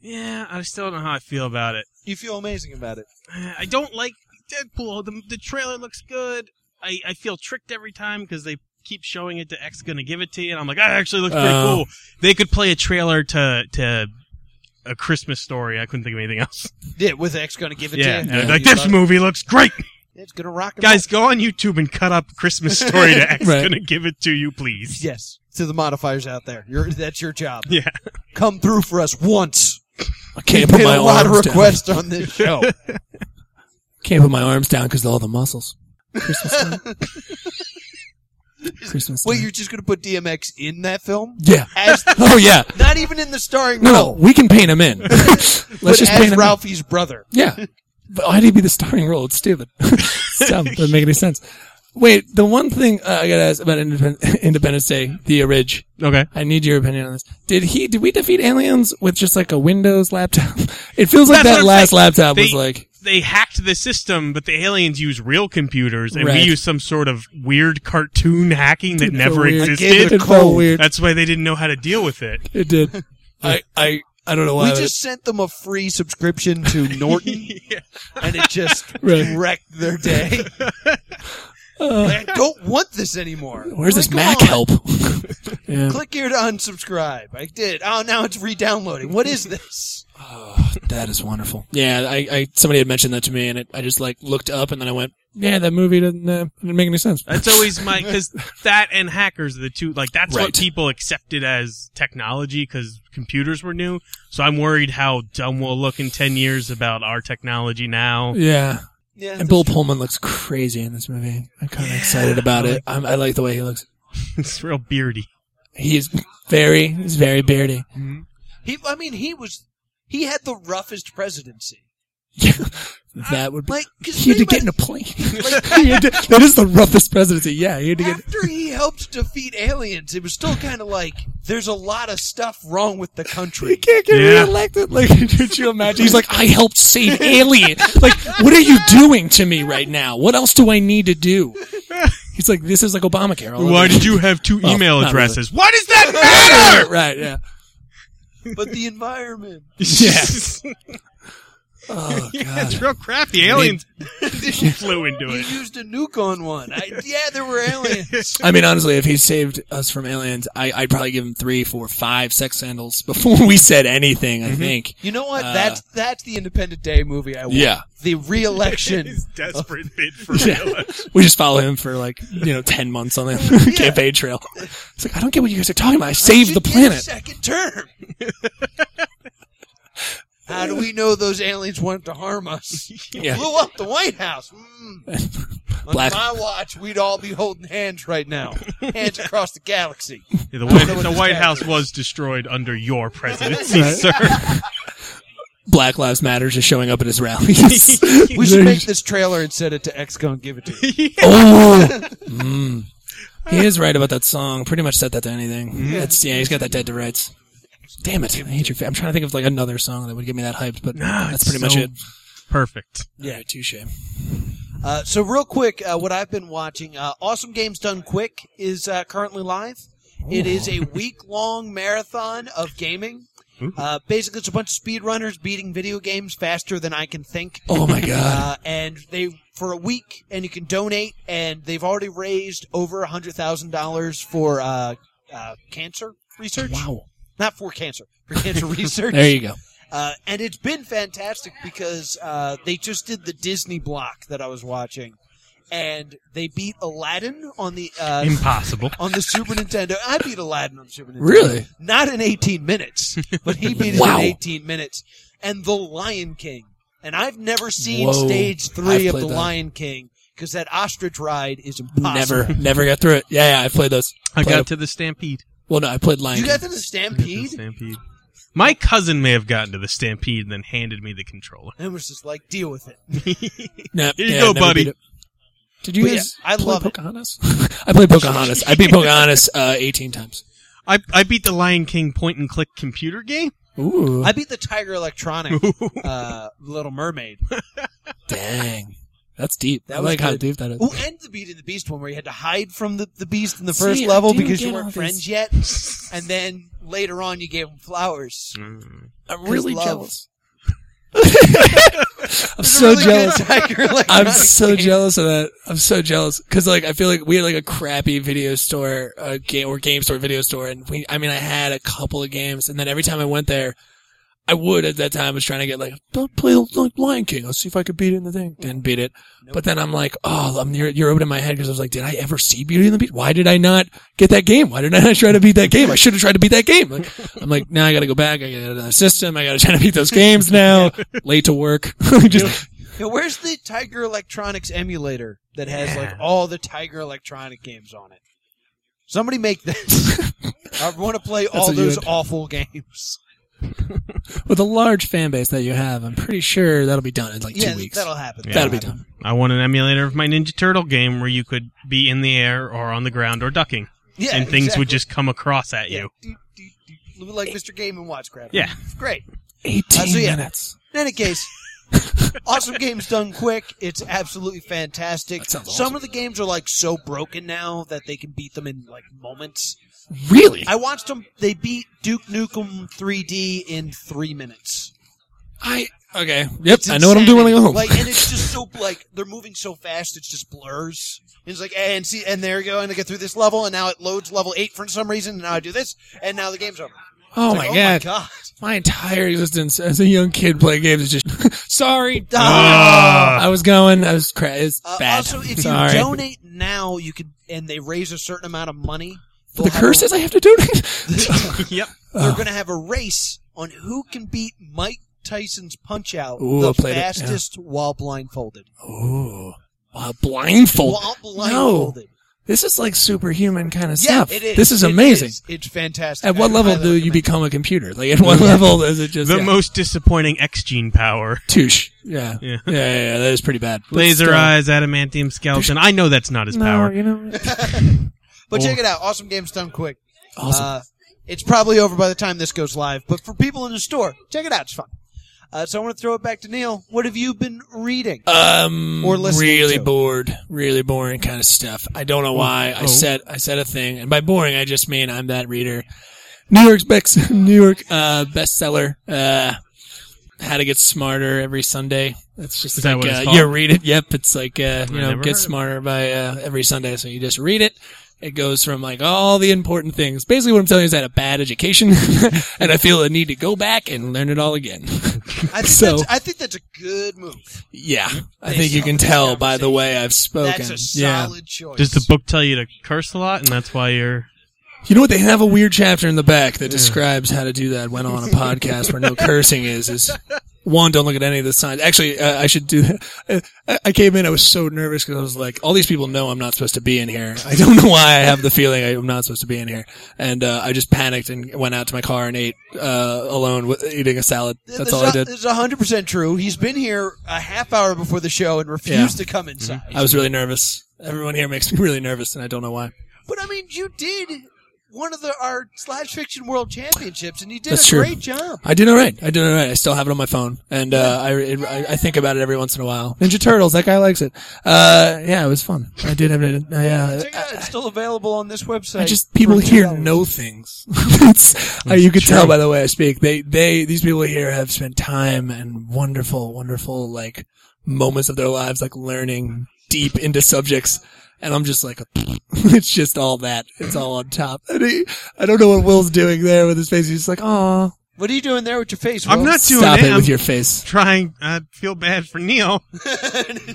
S4: yeah, I still don't know how I feel about it.
S3: You feel amazing about it.
S4: I don't like Deadpool. The, the trailer looks good. I, I feel tricked every time because they keep showing it to X gonna give it to you, and I'm like, that actually looks pretty
S5: Oh.
S4: cool. They could play a trailer to to a Christmas story. I couldn't think of anything else.
S3: Yeah, with X going to give it
S4: Yeah,
S3: to you.
S4: and like this movie looks great,
S3: It's going to rock. and
S4: guys. Go on YouTube and cut up Christmas story to X
S5: Right.
S4: gonna give it to you,
S3: roll.
S4: please.
S3: Yes, to the modifiers out there. You're, that's your job.
S4: Yeah,
S3: Come through for us once.
S5: I can't
S3: Been
S5: put my
S3: a lot of
S5: arms down.
S3: requests on this show.
S5: Can't put my arms down because of all the muscles. Christmas time. Christmas time.
S3: Wait, you're just going to put DMX in that film?
S5: yeah.
S3: As
S5: Oh yeah.
S3: not even in the starring
S5: No,
S3: role,
S5: no, we can paint him in. Let's
S3: but
S5: just paint
S3: as
S5: him.
S3: Ralphie's brother.
S5: In. Yeah. But why did he be the starting role? It's stupid. It's dumb. Doesn't make any sense. Wait, the one thing uh, I gotta ask about Independ- Independence Day, the Ridge.
S4: okay.
S5: I need your opinion on this. Did he? Did we defeat aliens with just like a Windows laptop? It feels like
S4: That's what
S5: that
S4: I'm
S5: last
S4: saying.
S5: laptop
S4: They-
S5: was like.
S4: They hacked the system, but the aliens use real computers, and we
S5: Right.
S4: use some sort of weird cartoon hacking that never
S5: weird. I
S4: existed.
S5: It felt weird.
S4: That's why they didn't know how to deal with it.
S5: It did. I I I don't know why.
S3: We
S5: but-
S3: just sent them a free subscription to Norton, and it just
S5: Right.
S3: wrecked their day. Like, I don't want this anymore.
S5: Uh, Where's
S3: Like,
S5: this
S3: come
S5: Mac
S3: on.
S5: help? yeah.
S3: Click here to unsubscribe. I did. Oh, now it's re-downloading. What is this?
S5: That is wonderful. Yeah, I, I somebody had mentioned that to me, and it, I just like looked up, and then I went, "Yeah, that movie didn't uh, didn't make any sense."
S4: That's always my because that and hackers are the two like that's
S5: Right.
S4: what people accepted as technology because computers were new. So I'm worried how dumb we'll look in ten years about our technology now.
S5: yeah,
S3: Yeah,
S5: and Bill Pullman looks crazy in this movie. I'm kind of excited about it. I'm, I like the way he looks.
S4: it's real beardy.
S5: He's very he's very beardy.
S3: he, I mean, he was. He had the roughest presidency.
S5: that would be.
S3: Like, 'cause
S5: he had to
S3: think
S5: get in a
S3: about
S5: plane. He had to- that is the roughest presidency. Yeah, he had to
S3: it.
S5: get.
S3: after he helped defeat aliens. It was still kind of like there's a lot of stuff wrong with the
S5: He
S3: country.
S5: can't get
S4: Yeah.
S5: reelected. Like, did you imagine? He's like, I helped save alien. Like, what are you doing to me right now? What else do I need to do? He's like, this is like Obamacare. all
S4: Why
S5: over.
S4: did you have two
S5: Well,
S4: email
S5: not really.
S4: addresses? Why does that matter?
S5: Right. Yeah.
S3: But the environment.
S4: Yes.
S5: Oh
S4: it's
S5: god.
S4: real crap. The aliens flew into
S3: He
S4: it.
S3: used a nuke on one. I, yeah, there were aliens.
S5: I mean, honestly, if he saved us from aliens, I, I'd probably give him three, four, five sex sandals before we said anything. I think.
S3: You know what?
S5: Uh,
S3: that's that's the Independent Day movie I want.
S5: Yeah.
S3: The reelection.
S4: His desperate bid for
S5: Yeah.
S4: real.
S5: We just follow him for like you know ten months on the campaign trail. It's like I don't get what you guys are talking about. I saved the
S3: Should get a
S5: planet.
S3: second term. How do we know those aliens wanted to harm us?
S5: Yeah.
S3: Blew up the White House. Mm.
S5: Black-
S3: On my watch, we'd all be holding hands right now, hands across the galaxy.
S4: Yeah, the
S3: I don't
S4: White,
S3: know what
S4: the
S3: this
S4: White
S3: guy
S4: House
S3: is.
S4: was destroyed under your presidency, sir.
S5: Black Lives Matter just showing up at his rallies.
S3: We should make this trailer and send it to XCON. and Give it to you.
S5: Oh, Mm. he is right about that song. Pretty much set that to anything. That's yeah, he's got that dead to rights. Damn it! I hate your. Fa- I'm trying to think of like another song that would get me that hyped, but
S4: Nah,
S5: that's
S4: it's
S5: pretty much
S4: so-
S5: it.
S4: Perfect.
S5: Yeah, touche.
S3: Uh, so real quick, uh, what I've been watching, uh, Awesome Games Done Quick is uh, currently live. It is a week-long marathon of gaming. Uh, basically, it's a bunch of speedrunners beating video games faster than I can think.
S5: Oh my god!
S3: Uh, and they for a week, and you can donate, and they've already raised over a hundred thousand dollars for uh, uh, cancer research.
S5: wow.
S3: Not for cancer, for cancer research.
S5: There you go.
S3: Uh, and it's been fantastic because uh, they just did the Disney block that I was watching, and they beat Aladdin on the uh,
S4: Impossible.
S3: on the Super Nintendo. I beat Aladdin on the Super Nintendo.
S5: Really?
S3: Not in 18 minutes, but he beat
S5: Wow.
S3: it in 18 minutes. And The Lion King. And I've never seen
S5: Whoa.
S3: stage
S5: I've
S3: 3 of
S5: played
S3: The
S5: that.
S3: Lion King because that ostrich ride is impossible.
S5: Never, never got through it. Yeah, yeah. I played those.
S4: I
S5: Played
S4: got
S5: a-
S4: to the Stampede.
S5: well, no, I played Lion.
S3: You
S5: King.
S3: got to the Stampede?
S4: Stampede. My cousin may have gotten to the Stampede and then handed me the controller.
S3: And was just like, deal with it.
S5: Nah,
S4: Here you
S5: yeah,
S4: go,
S5: never
S4: buddy.
S5: beat it. Did you
S3: But
S5: guys?
S3: yeah, I
S5: play
S3: love it.
S5: Pocahontas. I played Pocahontas. I beat Pocahontas uh, 18 times.
S4: I, I beat the Lion King point and click computer game.
S5: Ooh,
S3: I beat the Tiger Electronic uh, Little Mermaid.
S5: dang, that's deep.
S3: That
S5: I
S3: was
S5: like how
S3: good.
S5: deep that is.
S3: Oh, and the Beauty and the Beast one where you had to hide from the, the beast in the
S5: See,
S3: first
S5: I
S3: level
S5: didn't
S3: because you
S5: get all
S3: weren't
S5: this.
S3: friends yet. And then later on, you gave him flowers.
S5: Mm. I'm
S3: really
S5: really
S3: love. jealous.
S5: jealous. I'm so
S3: Really good
S5: jealous.
S3: Tiger
S5: I'm
S3: Electronic
S5: so
S3: game.
S5: jealous of that. I'm so jealous because like I feel like we had like a crappy video store, uh, game or game store, video store, and we. I mean, I had a couple of games, and then every time I went there, I would at that time was trying to get like don't play like Lion King. I'll see if I could beat it in the thing. Didn't beat it, but then I'm like, oh, I'm you're, you're opening my head because I was like, did I ever see Beauty and the Beast? Why did I not get that game? Why did I not try to beat that game? I should have tried to beat that game. Like, I'm like, now I got to go back. I got another system. I got to try to beat those games now. Late to work. Just
S3: Now, where's the Tiger Electronics emulator that has like all the Tiger Electronic games on it? Somebody make that. I want to play all
S5: what you
S3: those
S5: would-
S3: awful games.
S5: with a large fan base that you have, I'm pretty sure that'll be done in like
S3: yeah,
S5: two weeks.
S3: that'll Uh, happen.
S4: Yeah.
S5: That'll be done.
S4: I want an emulator of my Ninja Turtle game where you could be in the air or on the ground or ducking,
S3: Yeah,
S4: and things
S3: exactly.
S4: would just come across at
S3: Yeah.
S4: you.
S3: Do, do, do, like Mr. Game and Watch Graphic.
S4: Yeah.
S3: It's great.
S5: 18
S3: so, yeah.
S5: minutes.
S3: In any case, awesome games done quick. It's absolutely fantastic.
S5: That sounds
S3: Some
S5: awesome.
S3: of the games are like so broken now that they can beat them in like moments.
S5: Really? I,
S3: I watched them. They beat Duke Nukem 3D in three minutes.
S5: okay. Yep.
S3: It's
S5: I know what I'm
S3: insanity.
S5: doing when I go home.
S3: Like, and it's just so like they're moving so fast, it's just blurs. And it's like, and see, and there you go, and I get through this level, and now it loads level eight for some reason, and now I do this, and now the game's over.
S5: oh,
S3: It's
S5: my
S3: like,
S5: god.
S3: Oh my god!
S5: My entire existence as a young kid playing games is just sorry.
S3: Ah.
S5: I was going. I was cra- it's
S3: Uh,
S5: bad.
S3: Also, if
S5: sorry.
S3: you donate now, you could, and they raise a certain amount of money.
S5: But the
S3: they'll have
S5: curse
S3: a-
S5: is Oh. I have to donate.
S4: yep.
S3: they're going to have a race on who can beat Mike Tyson's Punch Out
S5: Ooh, I
S3: the
S5: played it, yeah.
S3: fastest while blindfolded.
S5: Ooh. Wow, blindfold.
S3: While blindfolded.
S5: This is like superhuman kind of
S3: Yeah,
S5: stuff.
S3: it is.
S5: This is
S3: It
S5: amazing.
S3: is. It's fantastic.
S5: At
S3: I
S5: what level
S3: highly
S5: do you
S3: recommend it.
S5: become a computer? Like at what level is it just
S4: The
S5: yeah,
S4: most disappointing X gene power.
S5: touche? Yeah. Yeah.
S4: Yeah.
S5: yeah, yeah, that is pretty bad. uh, But
S4: Laser
S5: still.
S4: eyes, adamantium skeleton. I know that's not his
S5: No,
S4: power.
S5: you know.
S3: But
S4: Or-
S3: check it out. Awesome games done quick.
S5: Awesome.
S3: Uh, it's probably over by the time this goes live, but for people in the store, check it out. It's fun. Uh, so I want to throw it back to Neil. What have you been reading?
S5: Um,
S3: Or listening
S5: really
S3: to.
S5: bored, really boring kind of stuff. I don't know why. I
S4: Oh.
S5: said I said a thing, and by boring I just mean I'm that reader. New York's best, New York uh, bestseller. Uh, How to Get Smarter every Sunday. That's just
S4: Is that
S5: like
S4: what it's
S5: uh,
S4: called?
S5: you read it. Yep, it's like uh, you
S4: I
S5: know
S4: never heard of
S5: Get
S4: it.
S5: Smarter by uh, every Sunday. So you just read it. It goes from like all the important things. Basically, what I'm telling you is I had a bad education, and I feel a need to go back and learn it all again.
S3: I think,
S5: so-
S3: that's, I think that's a good move.
S5: Yeah, I
S3: Based
S5: think you
S3: on
S5: can
S3: this
S5: tell by the
S3: conversation.
S5: way I've spoken.
S3: That's a
S5: yeah,
S3: solid choice.
S4: Does the book tell you to curse a lot, and that's why you're?
S5: you know what? They have a weird chapter in the back that describes how to do that when on a podcast where no cursing is. Is one, don't look at any of the signs. Actually, uh, I should do that. Uh, I, I came in, I was so nervous because I was like, all these people know I'm not supposed to be in here. I don't know why I have the feeling I'm not supposed to be in here, and uh, I just panicked and went out to my car and ate uh, alone, with, eating a salad.
S3: Th-
S5: That's
S3: this
S5: all I
S3: is a-
S5: did.
S3: This is 100% true. He's been here a half hour before the show and refused to come inside.
S5: Mm-hmm. I was really nervous. Everyone here makes me really nervous, and I don't know why.
S3: But I mean, you did one of the our slash fiction world championships, and you did
S5: That's
S3: a
S5: true.
S3: great job.
S5: I did all right. I did all right. I still have it on my phone, and uh, I, it, I I think about it every once in a while. Ninja Turtles, that guy likes it. Uh, yeah, it was fun. I did have it. Uh, yeah,
S3: Check it out; it's still available on this website.
S5: I just people
S3: for two
S5: here
S3: dollars.
S5: know things. It's- uh, you can tell by the way I speak. They they these people here have spent time and wonderful wonderful like moments of their lives like learning deep into subjects. And I'm just like, it's just all that. It's all on top. And he, I don't know what Will's doing there with his face. He's just like, oh,
S3: What are you doing there with your face?
S4: I'm
S3: Will?
S4: not doing
S5: stop
S4: it.
S5: it
S4: I'm
S5: with your face.
S4: trying. I feel bad for Neil.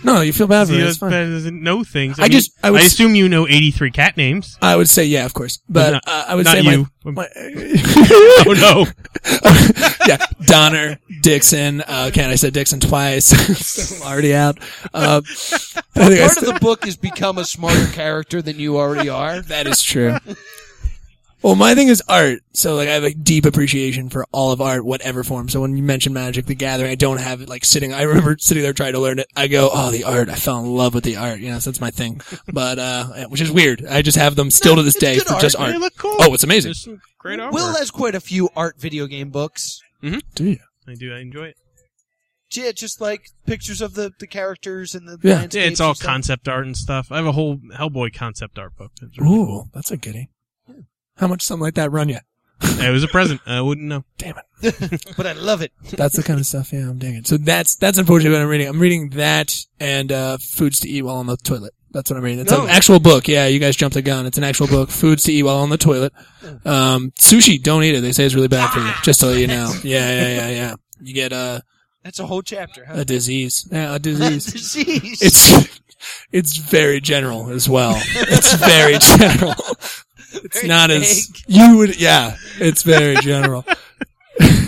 S5: No, you feel bad for
S4: He
S5: it.
S4: does-
S5: It's fine.
S4: doesn't know things. I,
S5: I
S4: mean,
S5: just- I
S4: I,
S5: would s-
S4: assume you know 83 cat names.
S5: I would say yeah, of course, but
S4: Not-
S5: uh, I would
S4: not
S5: say
S4: you.
S5: my, my
S4: Oh no!
S5: yeah, Donner, Dixon. Uh, can I said Dixon twice? so I'm already out. Uh, I think I
S3: Part of
S5: said-
S3: the book is become a smarter character than you already are.
S5: that is true. Well, my thing is art, so like I have a deep appreciation for all of art, whatever form. So when you mention Magic the Gathering, I don't have it like sitting. I remember sitting there trying to learn it. I go, oh, the art. I fell in love with the art. You know, so that's my thing. But uh, which is weird. I just have them still to this
S3: it's
S5: day
S3: good
S5: for
S3: art.
S5: just art.
S4: They look cool.
S5: Oh, it's amazing.
S4: There's some great artwork.
S3: Will has quite a few art video game books.
S5: Do you?
S4: I do. I enjoy it.
S3: Yeah, just like pictures of the, the characters and the
S5: Yeah.
S4: Yeah,
S3: landscapes
S4: it's all
S3: and stuff.
S4: concept art and stuff. I have a whole Hellboy concept art book. It's really
S5: Ooh, that's a goodie. How much something like that run you?
S4: cool. It was a present. I wouldn't know.
S5: Damn it.
S3: But I love it.
S5: That's the kind of stuff, yeah, I'm digging. So that's, that's unfortunately what I'm reading. I'm reading that and, uh, Foods to Eat While on the Toilet. That's what I'm reading. It's
S3: No.
S5: an actual book. Yeah, you guys jumped the gun. It's an actual book. Foods to Eat While on the Toilet. Um, sushi, don't eat it. They say it's really bad for you. Just so you know. Yeah, yeah, yeah, yeah. You get, uh,
S3: That's a whole chapter. Huh?
S5: a disease. Yeah, a disease.
S3: disease.
S5: It's, it's very general as well. It's very general. It's
S3: Very
S5: not
S3: vague.
S5: as you would. Yeah, it's very general.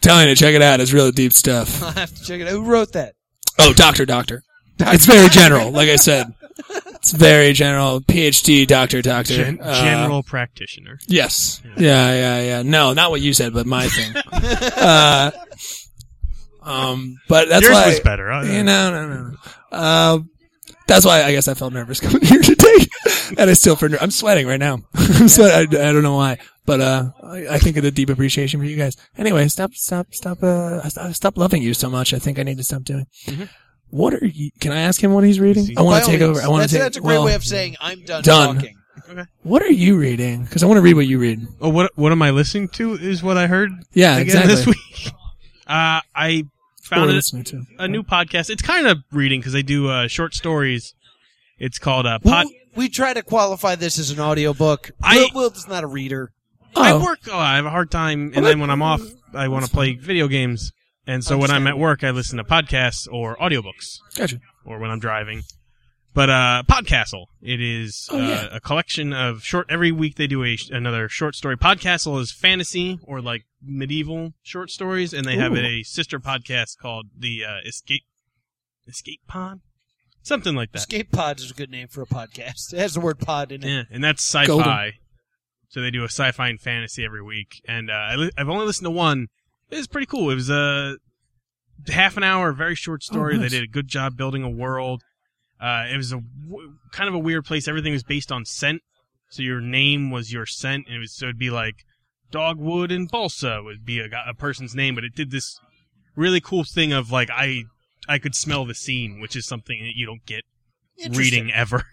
S5: Telling you, to check it out. It's real deep stuff.
S3: I'll have to check it out. Who wrote that?
S5: Oh, doctor, doctor. It's very general. Like I said, it's very general. PhD, doctor, doctor.
S4: Gen-
S5: Uh,
S4: general practitioner.
S5: Yes. Yeah, yeah, yeah. No, not what you said, but my thing. uh, um, but that's
S4: Yours
S5: why
S4: was better. I,
S5: you know, no, no, no. Uh, that's why I guess I felt nervous coming here today, and I still for I'm sweating right now. I'm sweating. I, I don't know why, but uh, I, I think of the deep appreciation for you guys. Anyway, stop, stop, stop, uh, stop, stop loving you so much. I think I need to stop doing. What are you? Can I ask him what he's reading? I
S3: By
S5: want
S3: all
S5: to take
S3: means.
S5: over. I want
S3: that's,
S5: to take.
S3: That's a great
S5: well,
S3: way of saying I'm done,
S5: Done.
S3: talking.
S5: What are you reading? Because I want to read what you read.
S4: Oh, what what am I listening to? Is what I heard.
S5: Yeah,
S4: again
S5: exactly.
S4: This week, uh, I
S5: Or
S4: found it,
S5: listening to.
S4: a new podcast. It's kind of reading because I do uh, short stories. It's called uh, Pod.
S3: We, we try to qualify this as an audiobook.
S4: I-
S3: Will, Will is not a reader.
S5: Oh.
S4: I work a lot. I have a hard time, and
S5: Well,
S4: then when I'm off, I want to play video games. And so when I'm at work, I listen to podcasts or audiobooks,
S5: Gotcha.
S4: or when I'm driving. But uh, Podcastle, it is
S5: Oh,
S4: uh,
S5: yeah.
S4: a collection of short. Every week they do a sh- another short story. Podcastle is fantasy or like medieval short stories, and they have
S5: Ooh.
S4: a sister podcast called the uh, Escape Escape Pod, something like that.
S3: Escape Pod is a good name for a podcast. It has the word pod in it.
S4: Yeah, and that's sci-fi.
S5: Golden.
S4: So they do a sci-fi and fantasy every week, and uh, I li- I've only listened to one. It was pretty cool. It was a half an hour, very short story.
S5: Oh, nice.
S4: They did a good job building a world. Uh, it was a w- kind of a weird place. Everything was based on scent, so your name was your scent, and it was, so it'd be like dogwood and balsa would be a, gu- a person's name, but it did this really cool thing of like I I could smell the scene, which is something that you don't get reading ever.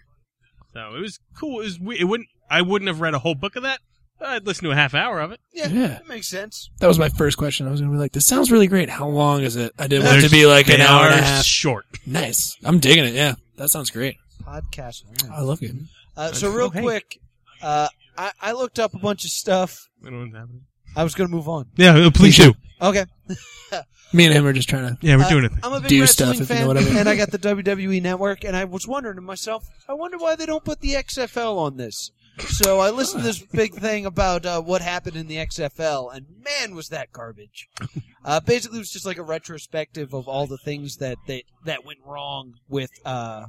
S4: So it was cool. It was we- it wouldn't I wouldn't have read a whole book of that. but I'd listen to a half hour of it.
S3: Yeah.
S5: Yeah.
S3: That makes sense.
S5: That was my first question. I was gonna be like, "This sounds really great. How long is it?" I didn't want it to
S4: There's-
S5: be like an
S4: they
S5: hour and a
S4: are
S5: half.
S4: short.
S5: Nice. I'm digging it. Yeah, that sounds great.
S3: Podcast.
S5: I love it.
S3: Uh, so real
S4: Okay.
S3: quick, uh, I, I looked up a bunch of stuff.
S4: I don't know what's happening.
S3: I was going to move on.
S4: Yeah, please do.
S3: Okay.
S5: Me and him are just trying to.
S4: Yeah, we're
S3: Uh,
S4: doing it.
S3: I'm a big
S5: Do
S3: wrestling
S5: stuff, if you
S3: fan,
S5: know what I mean.
S3: and I got the WWE Network, and I was wondering to myself, I wonder why they don't put the XFL on this. So I listened to this big thing about uh, what happened in the XFL, and man, was that garbage! Uh, basically, it was just like a retrospective of all the things that they, that went wrong with uh,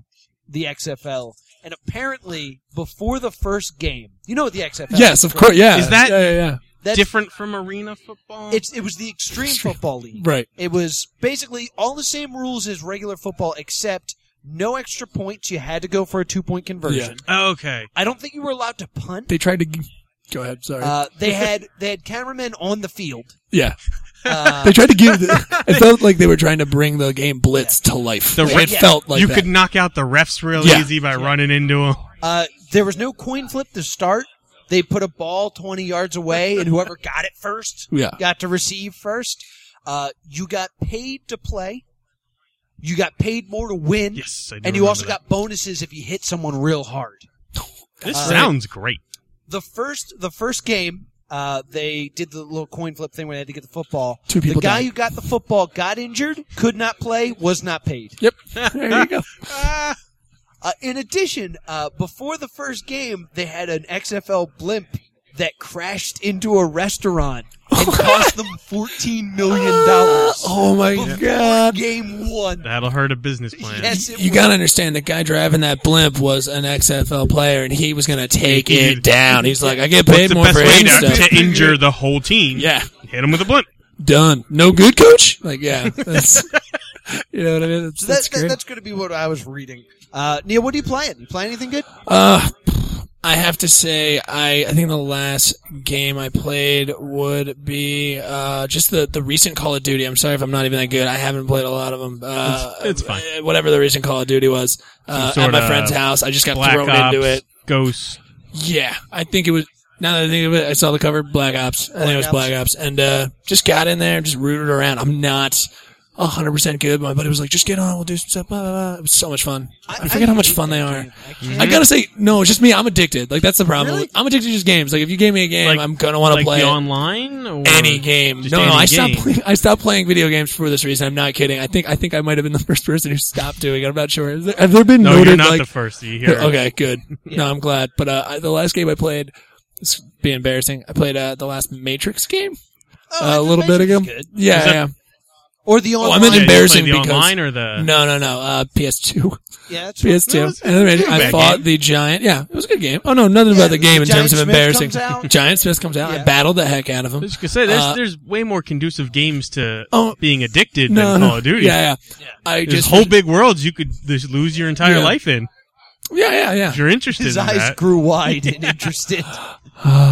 S3: the XFL. And apparently, before the first game, you know what the XFL?
S5: Yes,
S3: is,
S5: of
S3: right?
S5: course. Yeah.
S4: Is that-
S5: Yeah, yeah, yeah.
S3: That's,
S4: Different from arena football.
S3: It's it was the Extreme Football League.
S5: Right.
S3: It was basically all the same rules as regular football, except no extra points. You had to go for a two point conversion.
S4: okay.
S3: I don't think you were allowed to punt.
S5: They tried to. g- Go ahead. Sorry.
S3: Uh, they had they had cameramen on the field.
S5: yeah.
S3: Uh,
S5: They tried to give. The, it felt like they were trying to bring the game Blitz to life.
S4: The
S5: it
S4: red-
S5: felt like
S4: you
S5: that.
S4: could knock out the refs real
S5: Yeah.
S4: easy by running into them.
S3: uh, there was no coin flip to start. They put a ball twenty yards away, and whoever got it first
S5: Yeah.
S3: got to receive first. Uh, you got paid to play. You got paid more to win,
S4: Yes, I do
S3: and you also
S4: remember
S3: got bonuses if you hit someone real hard.
S4: that. This
S3: uh,
S4: sounds great.
S3: the first the first game, uh, they did the little coin flip thing where they had to get the football.
S5: Two people
S3: The guy
S5: died.
S3: who got the football got injured, could not play, was not paid.
S5: Yep. There you go.
S4: Ah,
S3: Uh, in addition, uh, before the first game, they had an XFL blimp that crashed into a restaurant and cost them fourteen million dollars.
S5: Oh my god.
S3: Game one.
S4: that'll hurt a business plan.
S3: Yes, it
S5: You
S3: was.
S5: gotta understand the guy driving that blimp was an XFL player, and he was gonna take it down. He's like, I get
S4: What's
S5: paid
S4: the
S5: more
S4: best
S5: for
S4: way
S5: his
S4: to,
S5: stuff.
S4: to injure the whole team?
S5: yeah,
S4: hit them with a blunt.
S5: done. No good, coach. Like, yeah, that's you know what I mean. That's,
S3: So
S5: that's
S3: that, that,
S5: great.
S3: that's going to be what I was reading. Uh, Neil, what are you playing? You playing anything good?
S5: Uh, I have to say, I, I think the last game I played would be uh, just the, the recent Call of Duty. I'm sorry if I'm not even that good. I haven't played a lot of them. Uh,
S4: It's- it's fine.
S5: uh, Whatever the recent Call of Duty was uh,
S4: Some
S5: at my
S4: sorta
S5: friend's house, I just got
S4: Black
S5: thrown
S4: Ops,
S5: into it.
S4: Ghost.
S5: Yeah, I think it was. Now that I think of it, I saw the cover Black Ops. I think it was
S3: Black
S5: Black Ops, and uh, just got in there, just rooted around. I'm not. 100% good, but my buddy was like, just get on, we'll do some stuff, blah, blah, blah. It was so much fun. I, forget how much
S3: hate
S5: fun they
S3: that
S5: are.
S3: game. I can't.
S5: I gotta say, no, it's just me. I'm addicted. Like that's the problem.
S3: Really?
S5: I'm addicted to just games. Like if you gave me a game,
S4: Like-
S5: I'm gonna want to
S4: like
S5: play
S4: the
S5: it.
S4: online or
S5: any game.
S4: Just
S5: No, no,
S4: any
S5: I stopped.
S4: game.
S5: Play- I stopped playing video games for this reason. I'm not kidding. I think I think I might have been the first person who stopped doing. it. I'm not sure. Is there- have there been
S4: No,
S5: noted
S4: you're not
S5: like?
S4: the first. You hear it.
S5: okay, good. No, I'm glad. But uh, I, the last game I played, this would be embarrassing. I played uh, the last Matrix game
S3: Oh,
S5: uh, a little bit ago. Yeah,
S4: Was that-
S5: yeah.
S3: Or the online.
S5: I meant
S4: Yeah, you play
S5: embarrassing
S4: the
S5: because-
S4: online or the
S5: No, no, no. Uh, PS2.
S3: yeah, that's what-
S4: That
S5: PS2.
S4: was-
S5: And then I
S4: bad
S5: fought
S4: game.
S5: the giant. Yeah, it was a good game. Oh no, nothing about the game in
S3: Giant
S5: terms of
S3: Smith
S5: embarrassing.
S3: comes out.
S5: giant Smith comes out.
S3: Yeah.
S5: I battled the heck out of
S4: I
S5: him.
S4: was gonna say there's
S5: Uh,
S4: there's way more conducive games to
S5: Oh,
S4: being addicted
S5: No,
S4: than
S5: no.
S4: Call of Duty.
S5: Yeah, yeah. I
S4: There's
S5: just
S4: whole big worlds you could just lose your entire
S5: Yeah.
S4: life in
S5: Yeah, yeah, yeah.
S4: if you're interested
S3: His
S4: in
S3: eyes
S4: that.
S3: grew wide and interested.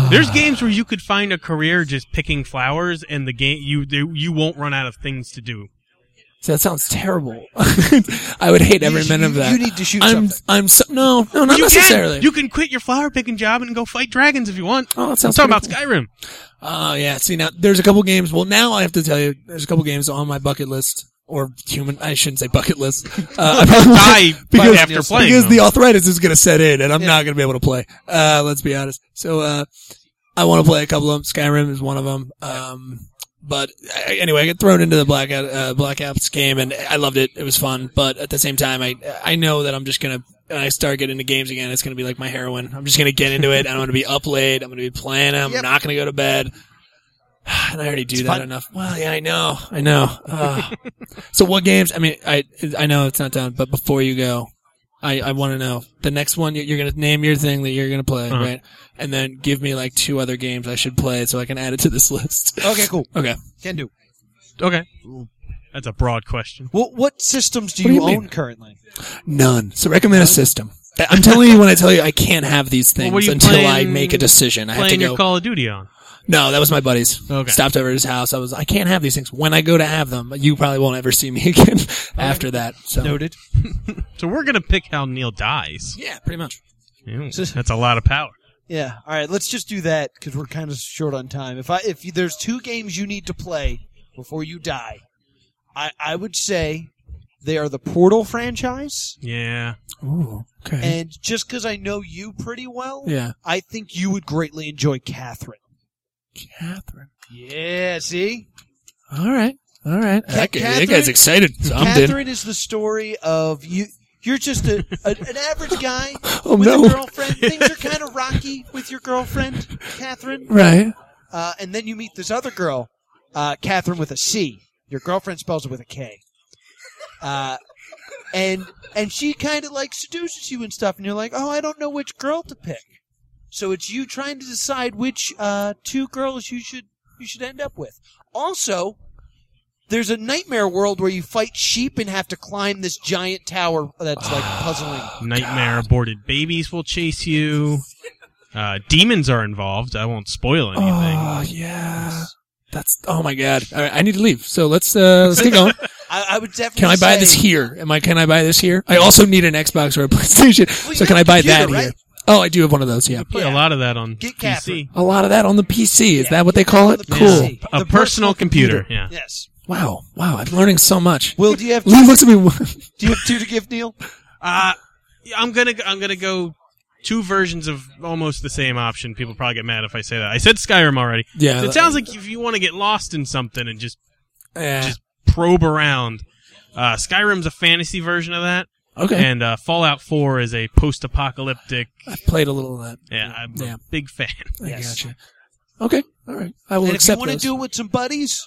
S4: There's games where you could find a career just picking flowers, and the game you they, you won't run out of things to do.
S5: So that sounds terrible. I would hate every
S3: You-
S5: minute of
S3: you-
S5: that.
S3: you need to shoot
S5: I'm,
S3: something.
S5: I'm so, no, no, not
S4: you
S5: necessarily.
S4: can you can quit your flower picking job and go fight dragons if you want.
S5: Oh, that
S4: I'm
S5: sounds
S4: talking about
S5: pretty
S4: Skyrim.
S5: Oh yeah. See now, there's a couple games. Well, now I have to tell you, there's a couple games on my bucket list or human. I shouldn't say bucket list. Uh, I probably
S4: Die by after playing
S5: because
S4: them.
S5: the arthritis is going to set in, and I'm not going to be able to play. Uh, let's be honest. So uh, I want to play a couple of them. Skyrim is one of them. Um, but uh, anyway, I got thrown into the Black Ops, uh, Black Ops game, and I loved it. It was fun, but at the same time, I I know that I'm just gonna. When I start getting into games again, it's gonna be like my heroin. I'm just gonna get into it. and I'm gonna be up late. I'm gonna be playing. 'em. I'm
S3: Yep.
S5: not gonna go to bed. And I already do that
S3: fun.
S5: enough. Well, yeah, I know, I know. Uh, so what games? I mean, I I know it's not done, but before you go, I, I want to know the next one. you- You're gonna name your thing that you're gonna play,
S4: Uh-huh.
S5: right? And then give me like two other games I should play so I can add it to this list.
S3: Okay, cool.
S5: okay.
S3: Can do.
S4: okay, that's a broad question.
S3: Well, what systems do
S5: What do
S3: you,
S5: you
S3: own
S5: mean?
S3: currently?
S5: None. So recommend a system. I'm telling you when I tell you I can't have these
S4: Well,
S5: things
S4: what are you
S5: until I
S4: playing-
S5: make a decision. I have to
S4: Playing your
S5: go.
S4: Call of Duty on.
S5: No, that was my buddies.
S4: Okay.
S5: Stopped over at his house. I was I can't have these things. When I go to have them, you probably won't ever see me again after that. So
S3: Noted.
S4: So we're gonna pick how Neil dies.
S5: yeah, pretty much.
S4: Ew, that's a lot of power.
S3: Yeah. All right. Let's just do that because we're kind of short on time. If I if you- there's two games you need to play before you die, I I would say they are the Portal franchise,
S4: Yeah.
S5: Ooh, okay.
S3: and just because I know you pretty well,
S5: yeah,
S3: I think you would greatly enjoy Catherine.
S5: Catherine.
S3: Yeah. See,
S5: All right, all right.
S3: Ca-
S5: That guy- that guy's
S3: Catherine-
S5: excited. So I'm in.
S3: Catherine is the story of you. You're just a, a an average guy
S5: Oh
S3: with a
S5: no!
S3: girlfriend. Things are kind of rocky with your girlfriend, Catherine.
S5: Right.
S3: Uh, and then you meet this other girl, uh, Catherine with a C. Your girlfriend spells it with a K. Uh, and and she kind of like seduces you and stuff, and you're like, oh, I don't know which girl to pick. So it's you trying to decide which uh, two girls you should you should end up with. Also, there's a nightmare world where you fight sheep and have to climb this giant tower that's like puzzling.
S4: Oh, Nightmare aborted babies will chase you. Uh, demons are involved. I won't spoil anything.
S5: Oh yeah. That's oh my god! All right, I need to leave. So let's uh, let's get going.
S3: I, I would definitely
S5: Can I buy
S3: say-
S5: this here? Am I? Can I buy this here? I also need an Xbox or a PlayStation.
S3: Well, you
S5: so can
S3: have
S5: I
S3: a
S5: buy
S3: computer,
S5: that here?
S3: right?
S5: Oh, I do have one of those. Yeah.
S4: Play
S3: Yeah.
S4: a lot of that on
S3: Get
S4: PC.
S5: A lot of that on the PC. Is that what they call it?
S3: Yeah.
S5: Cool.
S3: PC.
S4: A
S3: The
S4: personal computer, yeah.
S3: Yes.
S5: Wow. Wow. I'm learning so much.
S3: Will, do you have
S5: Lee looks at me.
S3: do you have two to give Neil?
S4: Uh, yeah, I'm gonna I'm gonna go two versions of almost the same option. People probably get mad if I say that. I said Skyrim already.
S5: Yeah.
S4: it sounds like if you want to get lost in something and just
S5: Yeah.
S4: just probe around, uh, Skyrim's a fantasy version of that,
S5: Okay.
S4: and uh, Fallout 4 is a post-apocalyptic.
S5: I played a little of that.
S4: Yeah, I'm
S5: Yeah.
S4: a big fan.
S5: I
S3: Yes.
S5: gotcha. Okay. All right. I will
S3: And if you
S5: accept
S3: want to
S5: those.
S3: do it with some buddies,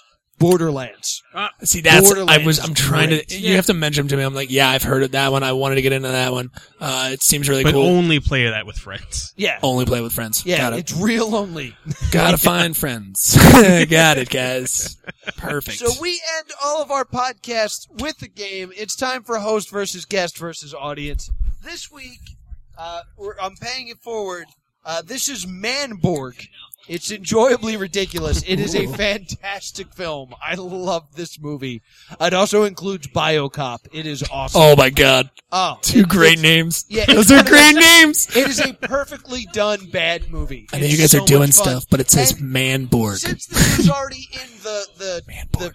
S3: Borderlands.
S5: See, that's I
S3: Borderlands
S5: was. I'm trying
S3: great.
S5: to. You have to mention them to me. I'm like, yeah, I've heard of that one. I wanted to get into that one. Uh, it seems really
S4: But
S5: cool.
S4: only play that with friends.
S3: Yeah.
S5: Only play with friends.
S3: yeah,
S5: Oh, Got it.
S3: it's real lonely.
S5: Gotta find friends. Got it, guys. Perfect.
S3: So we end all of our podcasts with a game. It's time for host versus guest versus audience. This week, uh, we're, I'm paying it forward. Uh, this is Manborg. It's enjoyably ridiculous. It is a fantastic film. I love this movie. It also includes Biocop. It is awesome.
S5: oh my god,
S3: Oh,
S5: two
S3: it-
S5: great
S3: it's-
S5: names.
S3: yeah, it's
S5: those are
S3: one of
S5: great
S3: those-
S5: names.
S3: It is a perfectly done bad movie.
S5: I know
S3: It's
S5: you guys
S3: so
S5: are doing
S3: much fun.
S5: stuff, but it says
S3: And
S5: Manborg.
S3: Since this is already in the the, the
S5: Manborg.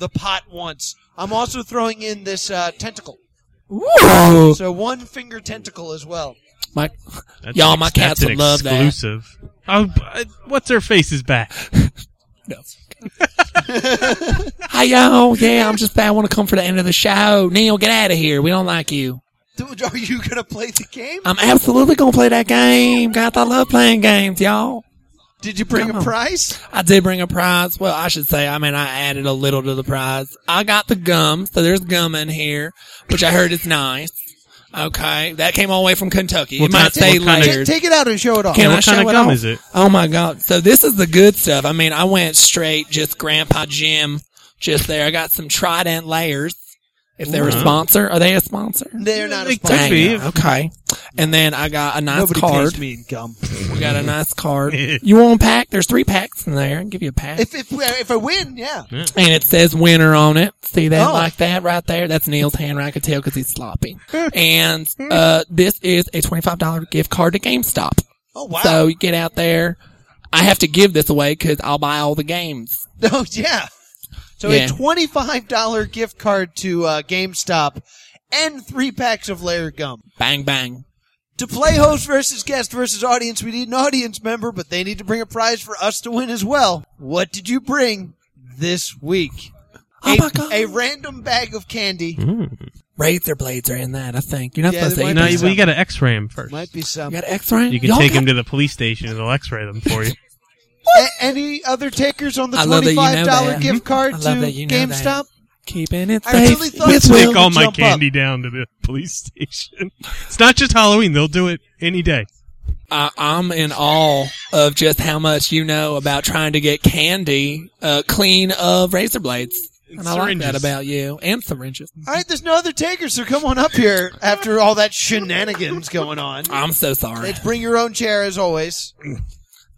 S3: the pot once, I'm also throwing in this uh, tentacle.
S5: Whoa,
S3: So one finger tentacle as well.
S5: my
S4: That's
S5: Y'all,
S4: an
S5: my
S4: ex-
S5: cats
S4: that's an
S5: would love that.
S4: exclusive. Oh, b- uh, what's her face is back.
S5: no. Hi yo, yeah, I'm just bad. I want to come for the end of the show. Neil, get out of here. We don't like you.
S3: Dude, are you gonna play the game?
S5: I'm absolutely gonna play that game. God, I love playing games, y'all.
S3: Did you bring
S5: come
S3: a
S5: on.
S3: prize?
S5: I did bring a prize. Well, I should say, I mean, I added a little to the prize. I got the gum, so there's gum in here, which I heard is nice. Okay, that came all the way from Kentucky.
S4: What
S5: it might
S4: kind-
S5: stay
S4: what kind of-
S5: layered.
S3: Take, take it out and show it off.
S5: Can
S4: what
S5: I
S4: kind
S5: show
S4: of
S5: it
S4: gum
S5: off?
S4: is it?
S5: Oh my god! So this is the good stuff. I mean, I went straight, just Grandpa Jim, just there. I got some Trident layers. If they're a
S4: Ooh.
S5: sponsor, are they a sponsor?
S3: They're not a
S4: It
S3: sponsor.
S4: Uh-huh. could be.
S5: Dang, okay. And then I got a nice
S3: Nobody
S5: card.
S3: pays me in gum.
S5: We got a nice card. you want a pack? There's three packs in there. I can give you a pack.
S3: If if if I win, yeah.
S5: and it says winner on it. See that
S3: Oh.
S5: like that right there? That's Neil's handwriting. I could tell because he's sloppy.
S3: Hmm.
S5: and uh, this is a twenty-five dollar gift card to GameStop.
S3: Oh wow.
S5: So you get out there. I have to give this away because I'll buy all the games.
S3: Oh yeah. So
S5: Yeah.
S3: a twenty-five dollar gift card to uh, GameStop and three packs of layer gum.
S5: Bang bang.
S3: To play host versus guest versus audience, we need an audience member, but they need to bring a prize for us to win as well. What did you bring this week?
S5: Oh
S3: a,
S5: my God.
S3: a random bag of candy.
S5: Razor blades are in that. I think you're not
S3: Yeah,
S5: supposed to.
S3: there
S5: eat
S4: No,
S3: might be
S5: these.
S4: you, well, you got to X-ray him first.
S3: Might be
S5: you
S3: some.
S5: got X-ray.
S4: You can take him to the police station and they'll X-ray them for you.
S3: A- any other takers on the
S5: I love that you know
S3: twenty-five dollar
S5: that. Mm-hmm.
S3: gift card
S5: I
S3: to
S5: love that you know that.
S3: GameStop?
S5: keeping it
S3: I
S5: safe.
S3: really thought
S5: with
S3: so.
S5: Will.
S4: take all my
S3: jump up.
S4: candy down to the police station. It's not just Halloween; they'll do it any day.
S5: I, I'm in awe of just how much you know about trying to get candy uh, clean of razor blades. And I like that about you. And syringes.
S3: All right, there's no other takers, so come on up here after all that shenanigans going on.
S5: I'm so sorry.
S3: Let's bring your own chair as always.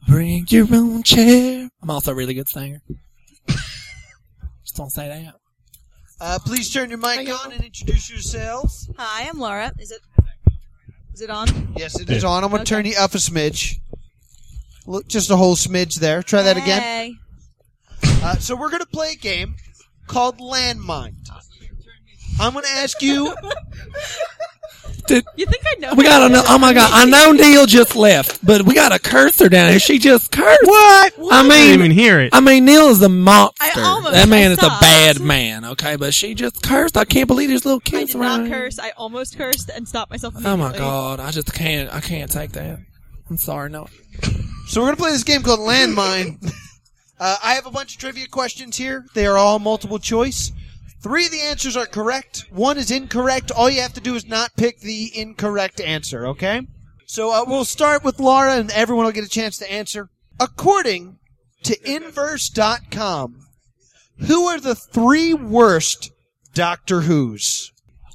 S5: Bring your own chair. I'm also a really good singer. Just don't say that.
S3: Uh, please turn your mic on and introduce yourselves.
S6: Hi, I'm Laura. Is it is it on?
S3: Yes, it is on. I'm going to turn you up a smidge. Look, just a whole smidge there. Try that again.
S6: Hey.
S3: Uh, so we're going to play a game called Landmine. I'm going to ask you.
S5: Did,
S6: You think I know?
S5: we
S6: how
S5: got
S6: to
S5: a,
S6: do
S5: oh my god, I know Neil just left, but we got a cursor down here. She just cursed.
S3: what?
S5: I
S4: I didn't even
S5: mean,
S4: hear it.
S5: I mean, Neil is a monster.
S6: I almost
S5: that man is a
S6: stopped.
S5: bad man, okay? But she just cursed. I can't believe there's little
S6: I
S5: kids
S6: did
S5: around.
S6: not
S5: here.
S6: curse. I almost cursed and stopped myself.
S5: Oh my
S6: immediately.
S5: god, I just can't. I can't take that. I'm sorry. No,
S3: So we're going to play this game called Landmine. Uh, I have a bunch of trivia questions here. They are all multiple choice. Three of the answers are correct. One is incorrect. All you have to do is not pick the incorrect answer, okay? So uh, we'll start with Laura, and everyone will get a chance to answer. According to Inverse.com, who are the three worst Doctor Who's?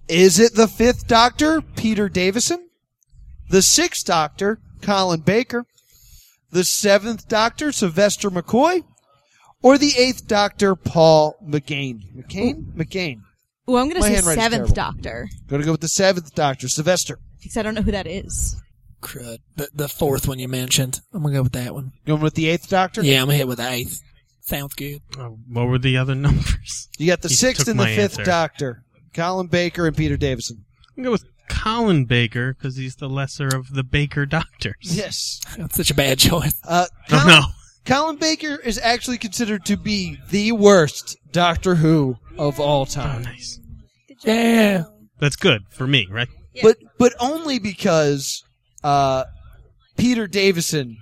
S3: Is it the fifth Doctor, Peter Davison? The sixth Doctor, Colin Baker? the seventh Doctor, Sylvester McCoy, or the eighth Doctor, Paul McGain? McCain? McGain.
S6: Ooh, I'm gonna
S3: My
S6: say
S3: handwriting's terrible.
S6: seventh Doctor
S3: Gonna go with the seventh Doctor, Sylvester.
S6: because I don't know who that is.
S5: crud. The, the fourth one you mentioned. I'm gonna go with that one.
S3: Going with the eighth Doctor?
S5: Yeah, I'm gonna hit with the eighth. Sounds good.
S4: Oh, what were the other numbers?
S3: You got the
S4: He
S3: sixth
S4: took
S3: and the
S4: my
S3: fifth
S4: answer.
S3: Doctor, Colin Baker and Peter Davison.
S4: I'm going to go with Colin Baker because he's the lesser of the Baker doctors.
S3: Yes.
S5: That's such a bad choice.
S3: Uh,
S4: Oh,
S3: Colin,
S4: no.
S3: Colin Baker is actually considered to be the worst Doctor Who of all
S4: Oh,
S3: time.
S4: nice.
S5: Yeah.
S4: That's good for me, right?
S3: but but only because uh, Peter Davison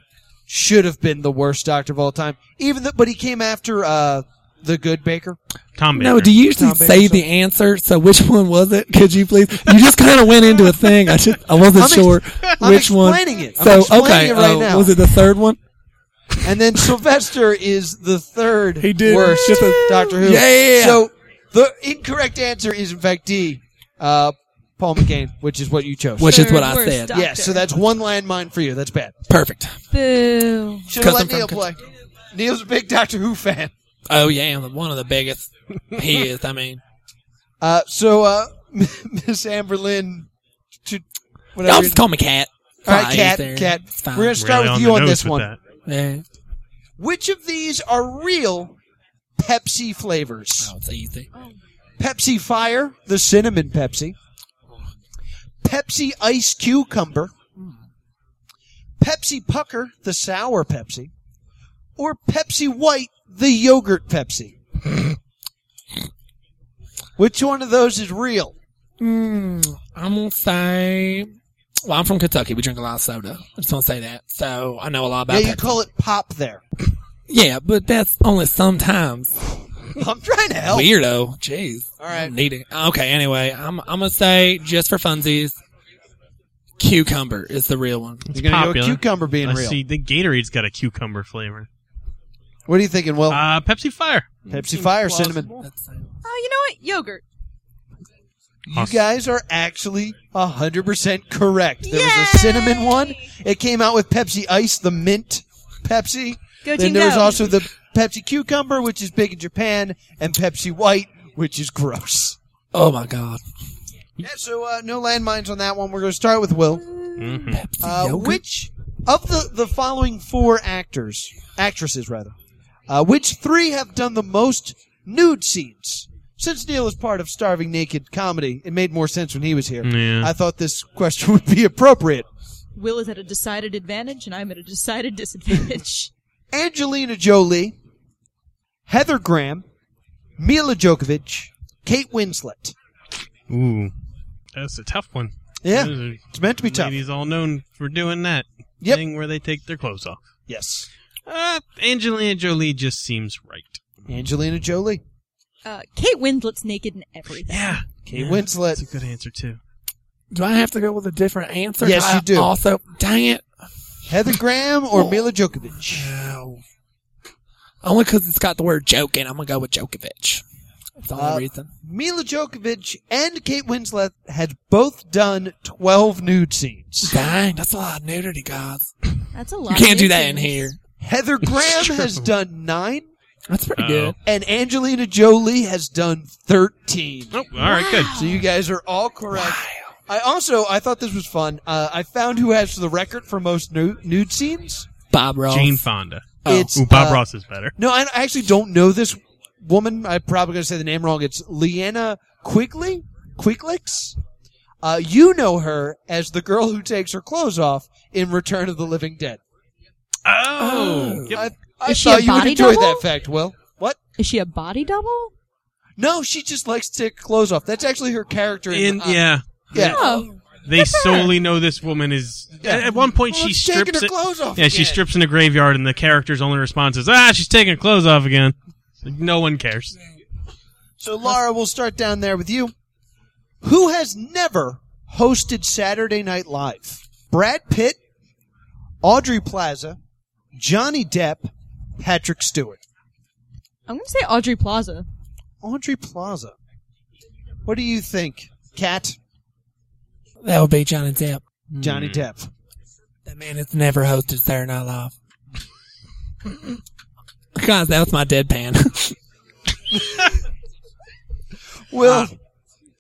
S3: should have been the worst doctor of all time. Even though, but he came after uh, the good Baker.
S4: Tom Baker.
S5: No, do you usually
S3: Tom Baker,
S5: say
S3: so-
S5: the answer? So which one was it? Could you please? You just kind of went into a thing. I just I wasn't
S3: I'm ex-
S5: sure
S3: I'm
S5: which one.
S3: explaining it. I'm
S5: so
S3: explaining
S5: okay,
S3: it right
S5: uh,
S3: now.
S5: was it the third one?
S3: And then Sylvester is the third
S5: He did.
S3: worst
S5: Just a-
S3: Doctor Who.
S5: Yeah.
S3: So the incorrect answer is in fact D. Uh, Paul McCain, which is what you chose.
S5: Which is
S6: Third
S5: what I
S6: worst
S5: said.
S6: Doctor.
S3: Yes, so that's one landmine for you. That's bad.
S5: Perfect.
S6: Boo.
S3: Should have
S5: Cut
S3: let
S5: them
S3: Neil
S5: from-
S3: play. Neil's a big Doctor Who fan.
S5: Oh yeah, I'm one of the biggest. he is. I mean,
S3: Uh, so, uh, Miss Amber Lynn, to, whatever.
S5: y'all just call me Cat.
S3: All right, Cat, Cat. We're going to start
S4: Really
S3: with
S4: on
S3: you
S4: the
S3: on
S4: nose
S3: this
S4: with
S3: one.
S4: that.
S5: Yeah.
S3: Which of these are real Pepsi flavors?
S5: Oh, it's easy.
S3: Pepsi Fire, the cinnamon Pepsi. Pepsi Ice Cucumber. Pepsi Pucker, the sour Pepsi. Or Pepsi White, the yogurt Pepsi. Which one of those is real?
S5: Mm, I'm gonna say. Well, I'm from Kentucky. We drink a lot of soda. I just want to say that, so I know a lot
S3: Yeah,
S5: about.
S3: you
S5: Pepsi.
S3: call it pop there.
S5: yeah, but that's only sometimes.
S3: I'm trying to help.
S5: Weirdo. Jeez.
S3: All right.
S5: Need it. Okay. Anyway, I'm I'm gonna say just for funsies, cucumber is the real one.
S3: You're gonna go with
S4: Popular.
S3: cucumber being
S4: I
S3: real.
S4: see. The Gatorade's got a cucumber flavor.
S3: What are you thinking, Will?
S4: Uh, Pepsi Fire.
S3: Pepsi Fire Cinnamon.
S5: That's-
S6: Oh, you know what? Yogurt.
S3: You guys are actually 100% correct. There was a
S6: Yay!
S3: cinnamon one. It came out with Pepsi Ice, the mint Pepsi. then
S6: Go team
S3: there was
S6: go.
S3: also the Pepsi Cucumber, which is big in Japan, and Pepsi White, which is gross.
S5: Oh my god.
S3: Yeah, so uh, no landmines on that one. We're going to start with Will.
S4: hmm
S3: Uh,
S5: Yogurt?
S3: which of the, the following four actors, actresses rather, uh, which three have done the most nude scenes? Since Neil is part of Starving Naked Comedy, it made more sense when he was here.
S4: Yeah.
S3: I thought this question would be appropriate.
S6: Will is at a decided advantage, and I'm at a decided disadvantage.
S3: Angelina Jolie, Heather Graham, Mila Djokovic, Kate Winslet.
S4: Ooh. That's a tough one.
S3: Yeah,
S4: Those are-
S3: it's meant to be tough.
S4: Mm. Ladies all known for doing that
S3: Yep.
S4: thing where they take their clothes off.
S3: Yes,
S4: Uh, Angelina Jolie just seems right.
S3: Angelina Jolie,
S6: uh, Kate Winslet's naked in everything.
S4: Yeah.
S3: Kate
S4: Yeah, That's a
S3: Winslet.
S4: good answer, too.
S5: Do I have to go with a different answer?
S3: Yes,
S5: I
S3: you do.
S5: Also, dang it.
S3: Heather Graham or Mila Djokovic?
S5: Ow. Only because it's got the word joke in. it, I'm gonna go with Djokovic. If the only
S3: Uh,
S5: read them.
S3: Mila Djokovic and Kate Winslet had both done 12 nude scenes.
S5: Dang, that's a lot of nudity, guys.
S6: That's a lot.
S5: You
S6: of
S5: can't do that in
S6: nuisance.
S5: here.
S3: Heather Graham
S4: true.
S3: has done 9,
S5: That's pretty
S4: Uh-oh.
S5: good.
S3: and Angelina Jolie has done 13.
S4: Oh, all right, good.
S3: So you guys are all correct. I also, I thought this was fun. Uh, I found who has the record for most nude, nude scenes.
S5: Bob Ross.
S4: Jane Fonda.
S5: Oh.
S3: It's
S4: Ooh, Bob
S3: uh,
S4: Ross is better.
S3: No, I I actually don't know this woman. I'm probably going to say the name wrong. It's Leanna Quigley? Quiglix? Uh, you know her as the girl who takes her clothes off in Return of the Living Dead.
S4: Oh,
S5: Oh.
S4: Yep.
S3: I, I
S6: Is she
S3: thought
S6: a
S3: you would
S6: body
S3: enjoy
S6: double?
S3: that fact, Will. What?
S6: Is she a body double?
S3: No, she just likes to take clothes off. That's actually her character. In,
S4: in
S3: uh,
S4: yeah.
S3: yeah.
S6: Oh,
S4: They solely know this woman is.
S3: Yeah.
S4: At, at one point,
S3: Well,
S4: she
S3: she's taking
S4: strips.
S3: her
S4: it-
S3: clothes off
S4: Yeah, she
S3: again.
S4: strips in a graveyard, and the character's only response is, "Ah, she's taking her clothes off again." Like, no one cares.
S3: So Laura, we'll start down there with you. Who has never hosted Saturday Night Live? Brad Pitt, Audrey Plaza, Johnny Depp, Patrick Stewart.
S6: I'm gonna say Audrey Plaza.
S3: Audrey Plaza. What do you think, Cat?
S5: That would be Johnny Depp.
S3: Johnny Depp.
S5: That man has never hosted Saturday Night Live. God, that was my deadpan.
S3: Will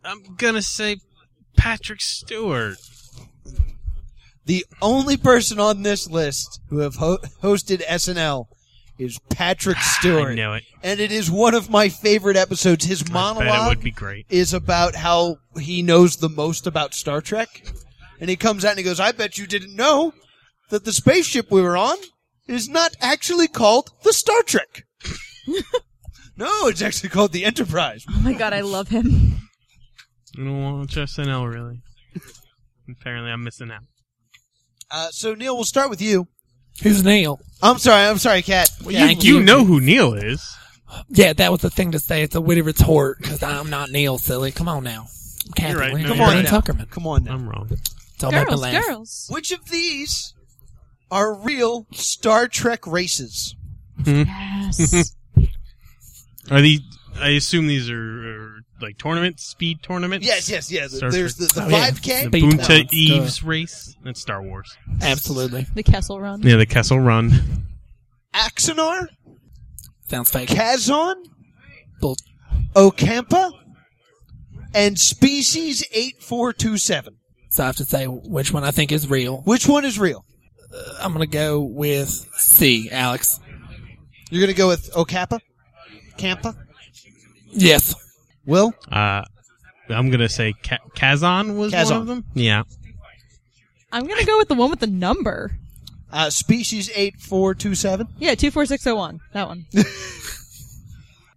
S4: I'm gonna say Patrick Stewart.
S3: the only person on this list who have ho- hosted SNL is Patrick Stewart.
S4: Ah, I knew it.
S3: And it is one of my favorite episodes. His
S4: I bet it
S3: monologue
S4: would be great.
S3: is about how he knows the most about Star Trek. And he comes out and he goes, I bet you didn't know that the spaceship we were on is not actually called the Star Trek. no, it's actually called the Enterprise.
S6: Oh my god, I love him.
S4: I don't watch SNL really. Apparently, I'm missing out.
S3: Uh, so, Neil, we'll start with you.
S5: Who's Neil?
S3: I'm sorry, I'm sorry, Kat.
S5: yeah,
S3: Kat,
S5: I-
S4: You know who Neil is.
S5: Yeah, that was the thing to say. It's a witty retort because I'm not Neil, silly. Come on now. I'm Kathy
S4: right,
S5: Lee,
S4: no,
S5: I'm
S4: Come on
S5: Brian
S3: now.
S5: Tuckerman.
S3: Come on now.
S4: I'm wrong.
S5: It's all about the
S6: girls,
S5: laugh.
S6: girls.
S3: Which of these are real Star Trek races?
S6: Yes.
S4: Are these? I assume these are, uh like tournaments, speed tournaments.
S3: Yes, yes, yes.
S4: Star
S3: There's the,
S4: Trek.
S3: the
S5: Oh, yeah.
S3: 5K.
S4: The
S5: Speed
S4: Bunta
S5: tournaments, duh.
S4: Eves race. That's Star Wars.
S5: Absolutely.
S6: the Kessel Run.
S4: Yeah, the Kessel Run.
S3: Axonar?
S5: Sounds fake.
S3: Kazon?
S5: Bull-
S3: Ocampa, and Species 8427.
S5: so I have to say which one I think is real.
S3: Which one is real?
S5: I'm going to go with C, Alex.
S3: You're going to go with Ocapa? Campa?
S5: Yes.
S3: Will?
S4: Uh, I'm gonna say Ka- Kazan was one
S3: Kazan.
S4: of them. Yeah,
S6: I'm gonna go with the one with the number.
S3: Uh, species 8427.
S6: Yeah, two four six zero one. That one.
S3: Mm.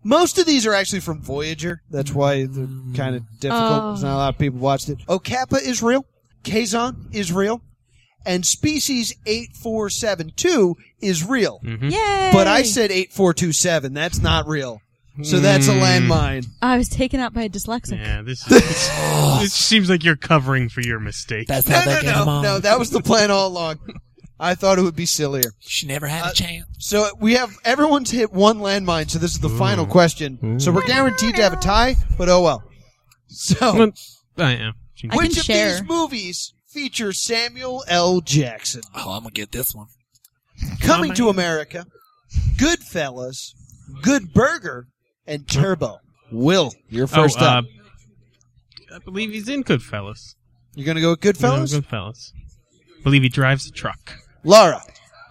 S3: Most of these are actually from Voyager. That's why they're kind of difficult.
S6: Oh.
S3: There's not a lot of people watched it. Ocapa is real. Kazon is real. And Species 8472 is real.
S6: Yay!
S3: But I said 8427. That's not real. So that's a landmine.
S6: I was taken out by a dyslexic.
S4: yeah. This this, this seems like you're covering for your mistake.
S5: That's
S3: No,
S5: how they
S3: no,
S5: get them
S3: no,
S5: on.
S3: no. That was the plan all along. I thought it would be sillier.
S5: she never
S3: Uh,
S5: had a chance.
S3: So we have everyone's hit one landmine. So this is the final question. So we're guaranteed to have a tie, but oh well. So
S4: Well, I am. She-
S6: I-
S3: which
S6: can
S3: of
S6: share.
S3: these movies feature Samuel L. Jackson?
S5: Oh, I'm going to get this one.
S3: Coming to America, Goodfellas, Good Burger, and Turbo. Will, you're
S4: Oh,
S3: first up.
S4: uh, I believe he's in Goodfellas.
S3: You're gonna go with Goodfellas,
S4: Yeah, Goodfellas. Believe he drives a truck.
S3: Laura.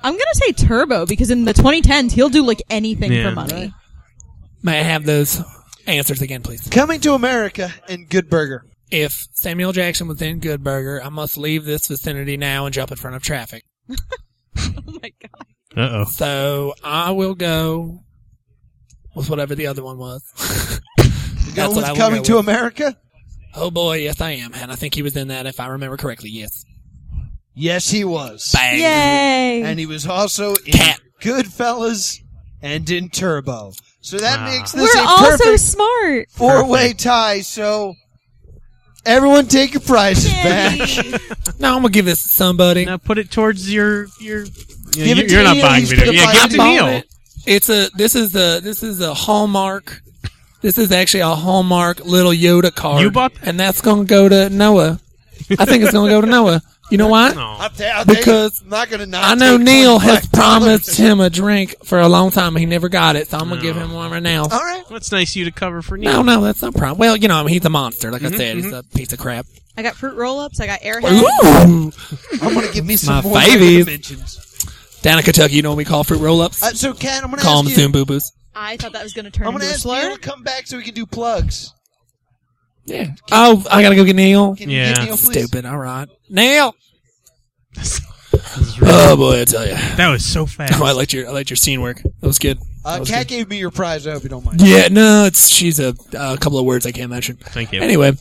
S6: I'm gonna say Turbo because in the 2010s he'll do like anything
S4: Yeah.
S6: for money.
S5: May I have those answers again, please?
S3: Coming to America and Good Burger.
S5: If Samuel Jackson was in Good Burger, I must leave this vicinity now and jump in front of traffic.
S6: Oh my god.
S4: Uh oh.
S5: So I will go with whatever the other one was.
S3: You're
S5: That's
S3: going
S5: what I
S3: with
S5: will
S3: Coming
S5: go
S3: to
S5: with.
S3: America.
S5: Oh boy, yes I am, and I think he was in that if I remember correctly. Yes.
S3: Yes, he was.
S5: Bang.
S6: Yay!
S3: and he was also in
S5: Cat.
S3: Goodfellas and in Turbo. So
S5: Ah.
S3: that
S4: Wow.
S3: makes this
S6: We're
S3: a
S6: all so
S3: perfect
S6: smart.
S3: four-way tie. So everyone, take your prizes
S6: Yay.
S3: back.
S5: Now I'm gonna give this to somebody.
S4: Now put it towards your your. Yeah,
S3: Give
S4: you-
S3: it to
S4: you're not
S3: Neil.
S4: buying
S3: He's
S4: video.
S3: gonna
S4: Yeah,
S3: buy
S4: give
S3: it.
S4: it to Neil.
S5: It's a this is a this is a hallmark. This is actually a Hallmark little Yoda card.
S4: You bought that?
S5: and that's gonna go to Noah. I think it's gonna go to Noah. You know why?
S4: No.
S3: I'll ta- I'll take it.
S5: Because
S3: I'm not gonna. Not
S5: I know
S3: take
S5: Neil has
S3: $25.
S5: promised him a drink for a long time. He never got it, so I'm gonna
S4: No.
S5: give him one right now.
S3: All right.
S4: That's nice of you to cover for Neil.
S5: No, no, that's no problem. Well, you know, I mean, he's a monster. Like
S4: Mm-hmm,
S5: I said, he's a piece of crap.
S6: I got fruit roll-ups. I got airheads.
S5: Ooh,
S3: I'm gonna give me
S5: my
S3: some more
S5: favies.
S3: dimensions.
S5: Down in Kentucky, you know what we call fruit roll-ups?
S3: Uh, so, Ken, I'm gonna
S5: Call them
S3: ask you.
S5: soon boo boos.
S6: I thought that was going to turn
S3: I'm
S6: into
S3: gonna
S6: a
S3: ask
S6: slur.
S3: Neil to come back so we can do plugs.
S5: Yeah. Oh, I gotta go get Neil.
S3: Can you
S4: Yeah.
S3: get Neil, please?
S5: Stupid. All right, Neil.
S4: This is really-
S5: Oh boy, I tell you.
S4: that was so fast.
S5: Oh, I liked your I liked your scene work. That was good.
S3: Uh,
S5: That was
S3: Cat
S5: good.
S3: gave me your prize. I hope you don't mind.
S5: Yeah, no, it's she's a a couple of words I can't mention.
S4: Thank you.
S5: Anyway,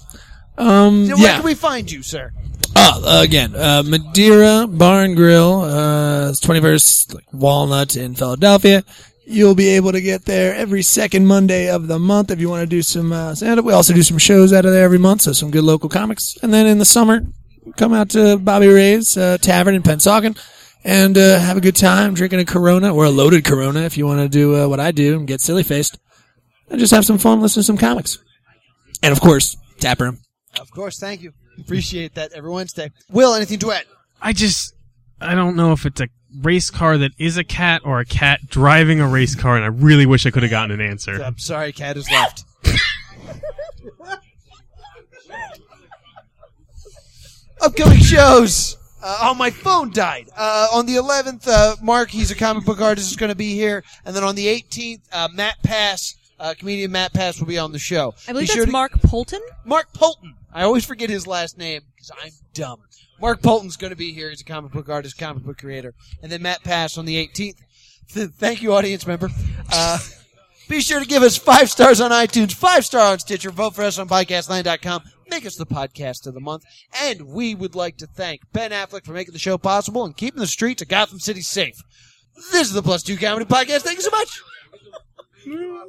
S5: um,
S3: So Where
S5: yeah.
S3: can we find you, sir?
S5: Uh, again, uh, Madeira Bar and Grill, uh, it's 21st like, Walnut in Philadelphia. You'll be able to get there every second Monday of the month if you want to do some uh, stand up. We also do some shows out of there every month, so some good local comics. And then in the summer, come out to Bobby Ray's uh, Tavern in Pensauken and uh, have a good time drinking a Corona or a loaded Corona if you want to do uh, what I do and get silly faced and just have some fun listening to some comics. And of course, Tap Room.
S3: Of course. Thank you. Appreciate that every Wednesday. Will, anything to add?
S4: I just I don't know if it's a race car that is a cat or a cat driving a race car, and I really wish I could have gotten an answer.
S3: I'm sorry, Cat has left. Upcoming shows. Uh, oh, my phone died. Uh, on the 11th, uh, Mark, he's a comic book artist, is going to be here. And then on the 18th, uh, Matt Pass, uh, comedian Matt Pass, will be on the show.
S6: I believe
S3: Be sure
S6: that's
S3: to-
S6: Mark Polton.
S3: Mark Polton. I always forget his last name because I'm dumb. Mark Polton's going to be here. He's a comic book artist, comic book creator. And then Matt Pass on the 18th. Th- Thank you, audience member. Uh, be sure to give us five stars on iTunes, five star on Stitcher, vote for us on podcastline.com. Make us the podcast of the month. And we would like to thank Ben Affleck for making the show possible and keeping the streets of Gotham City safe. This is the Plus Two Comedy Podcast. Thank you so much.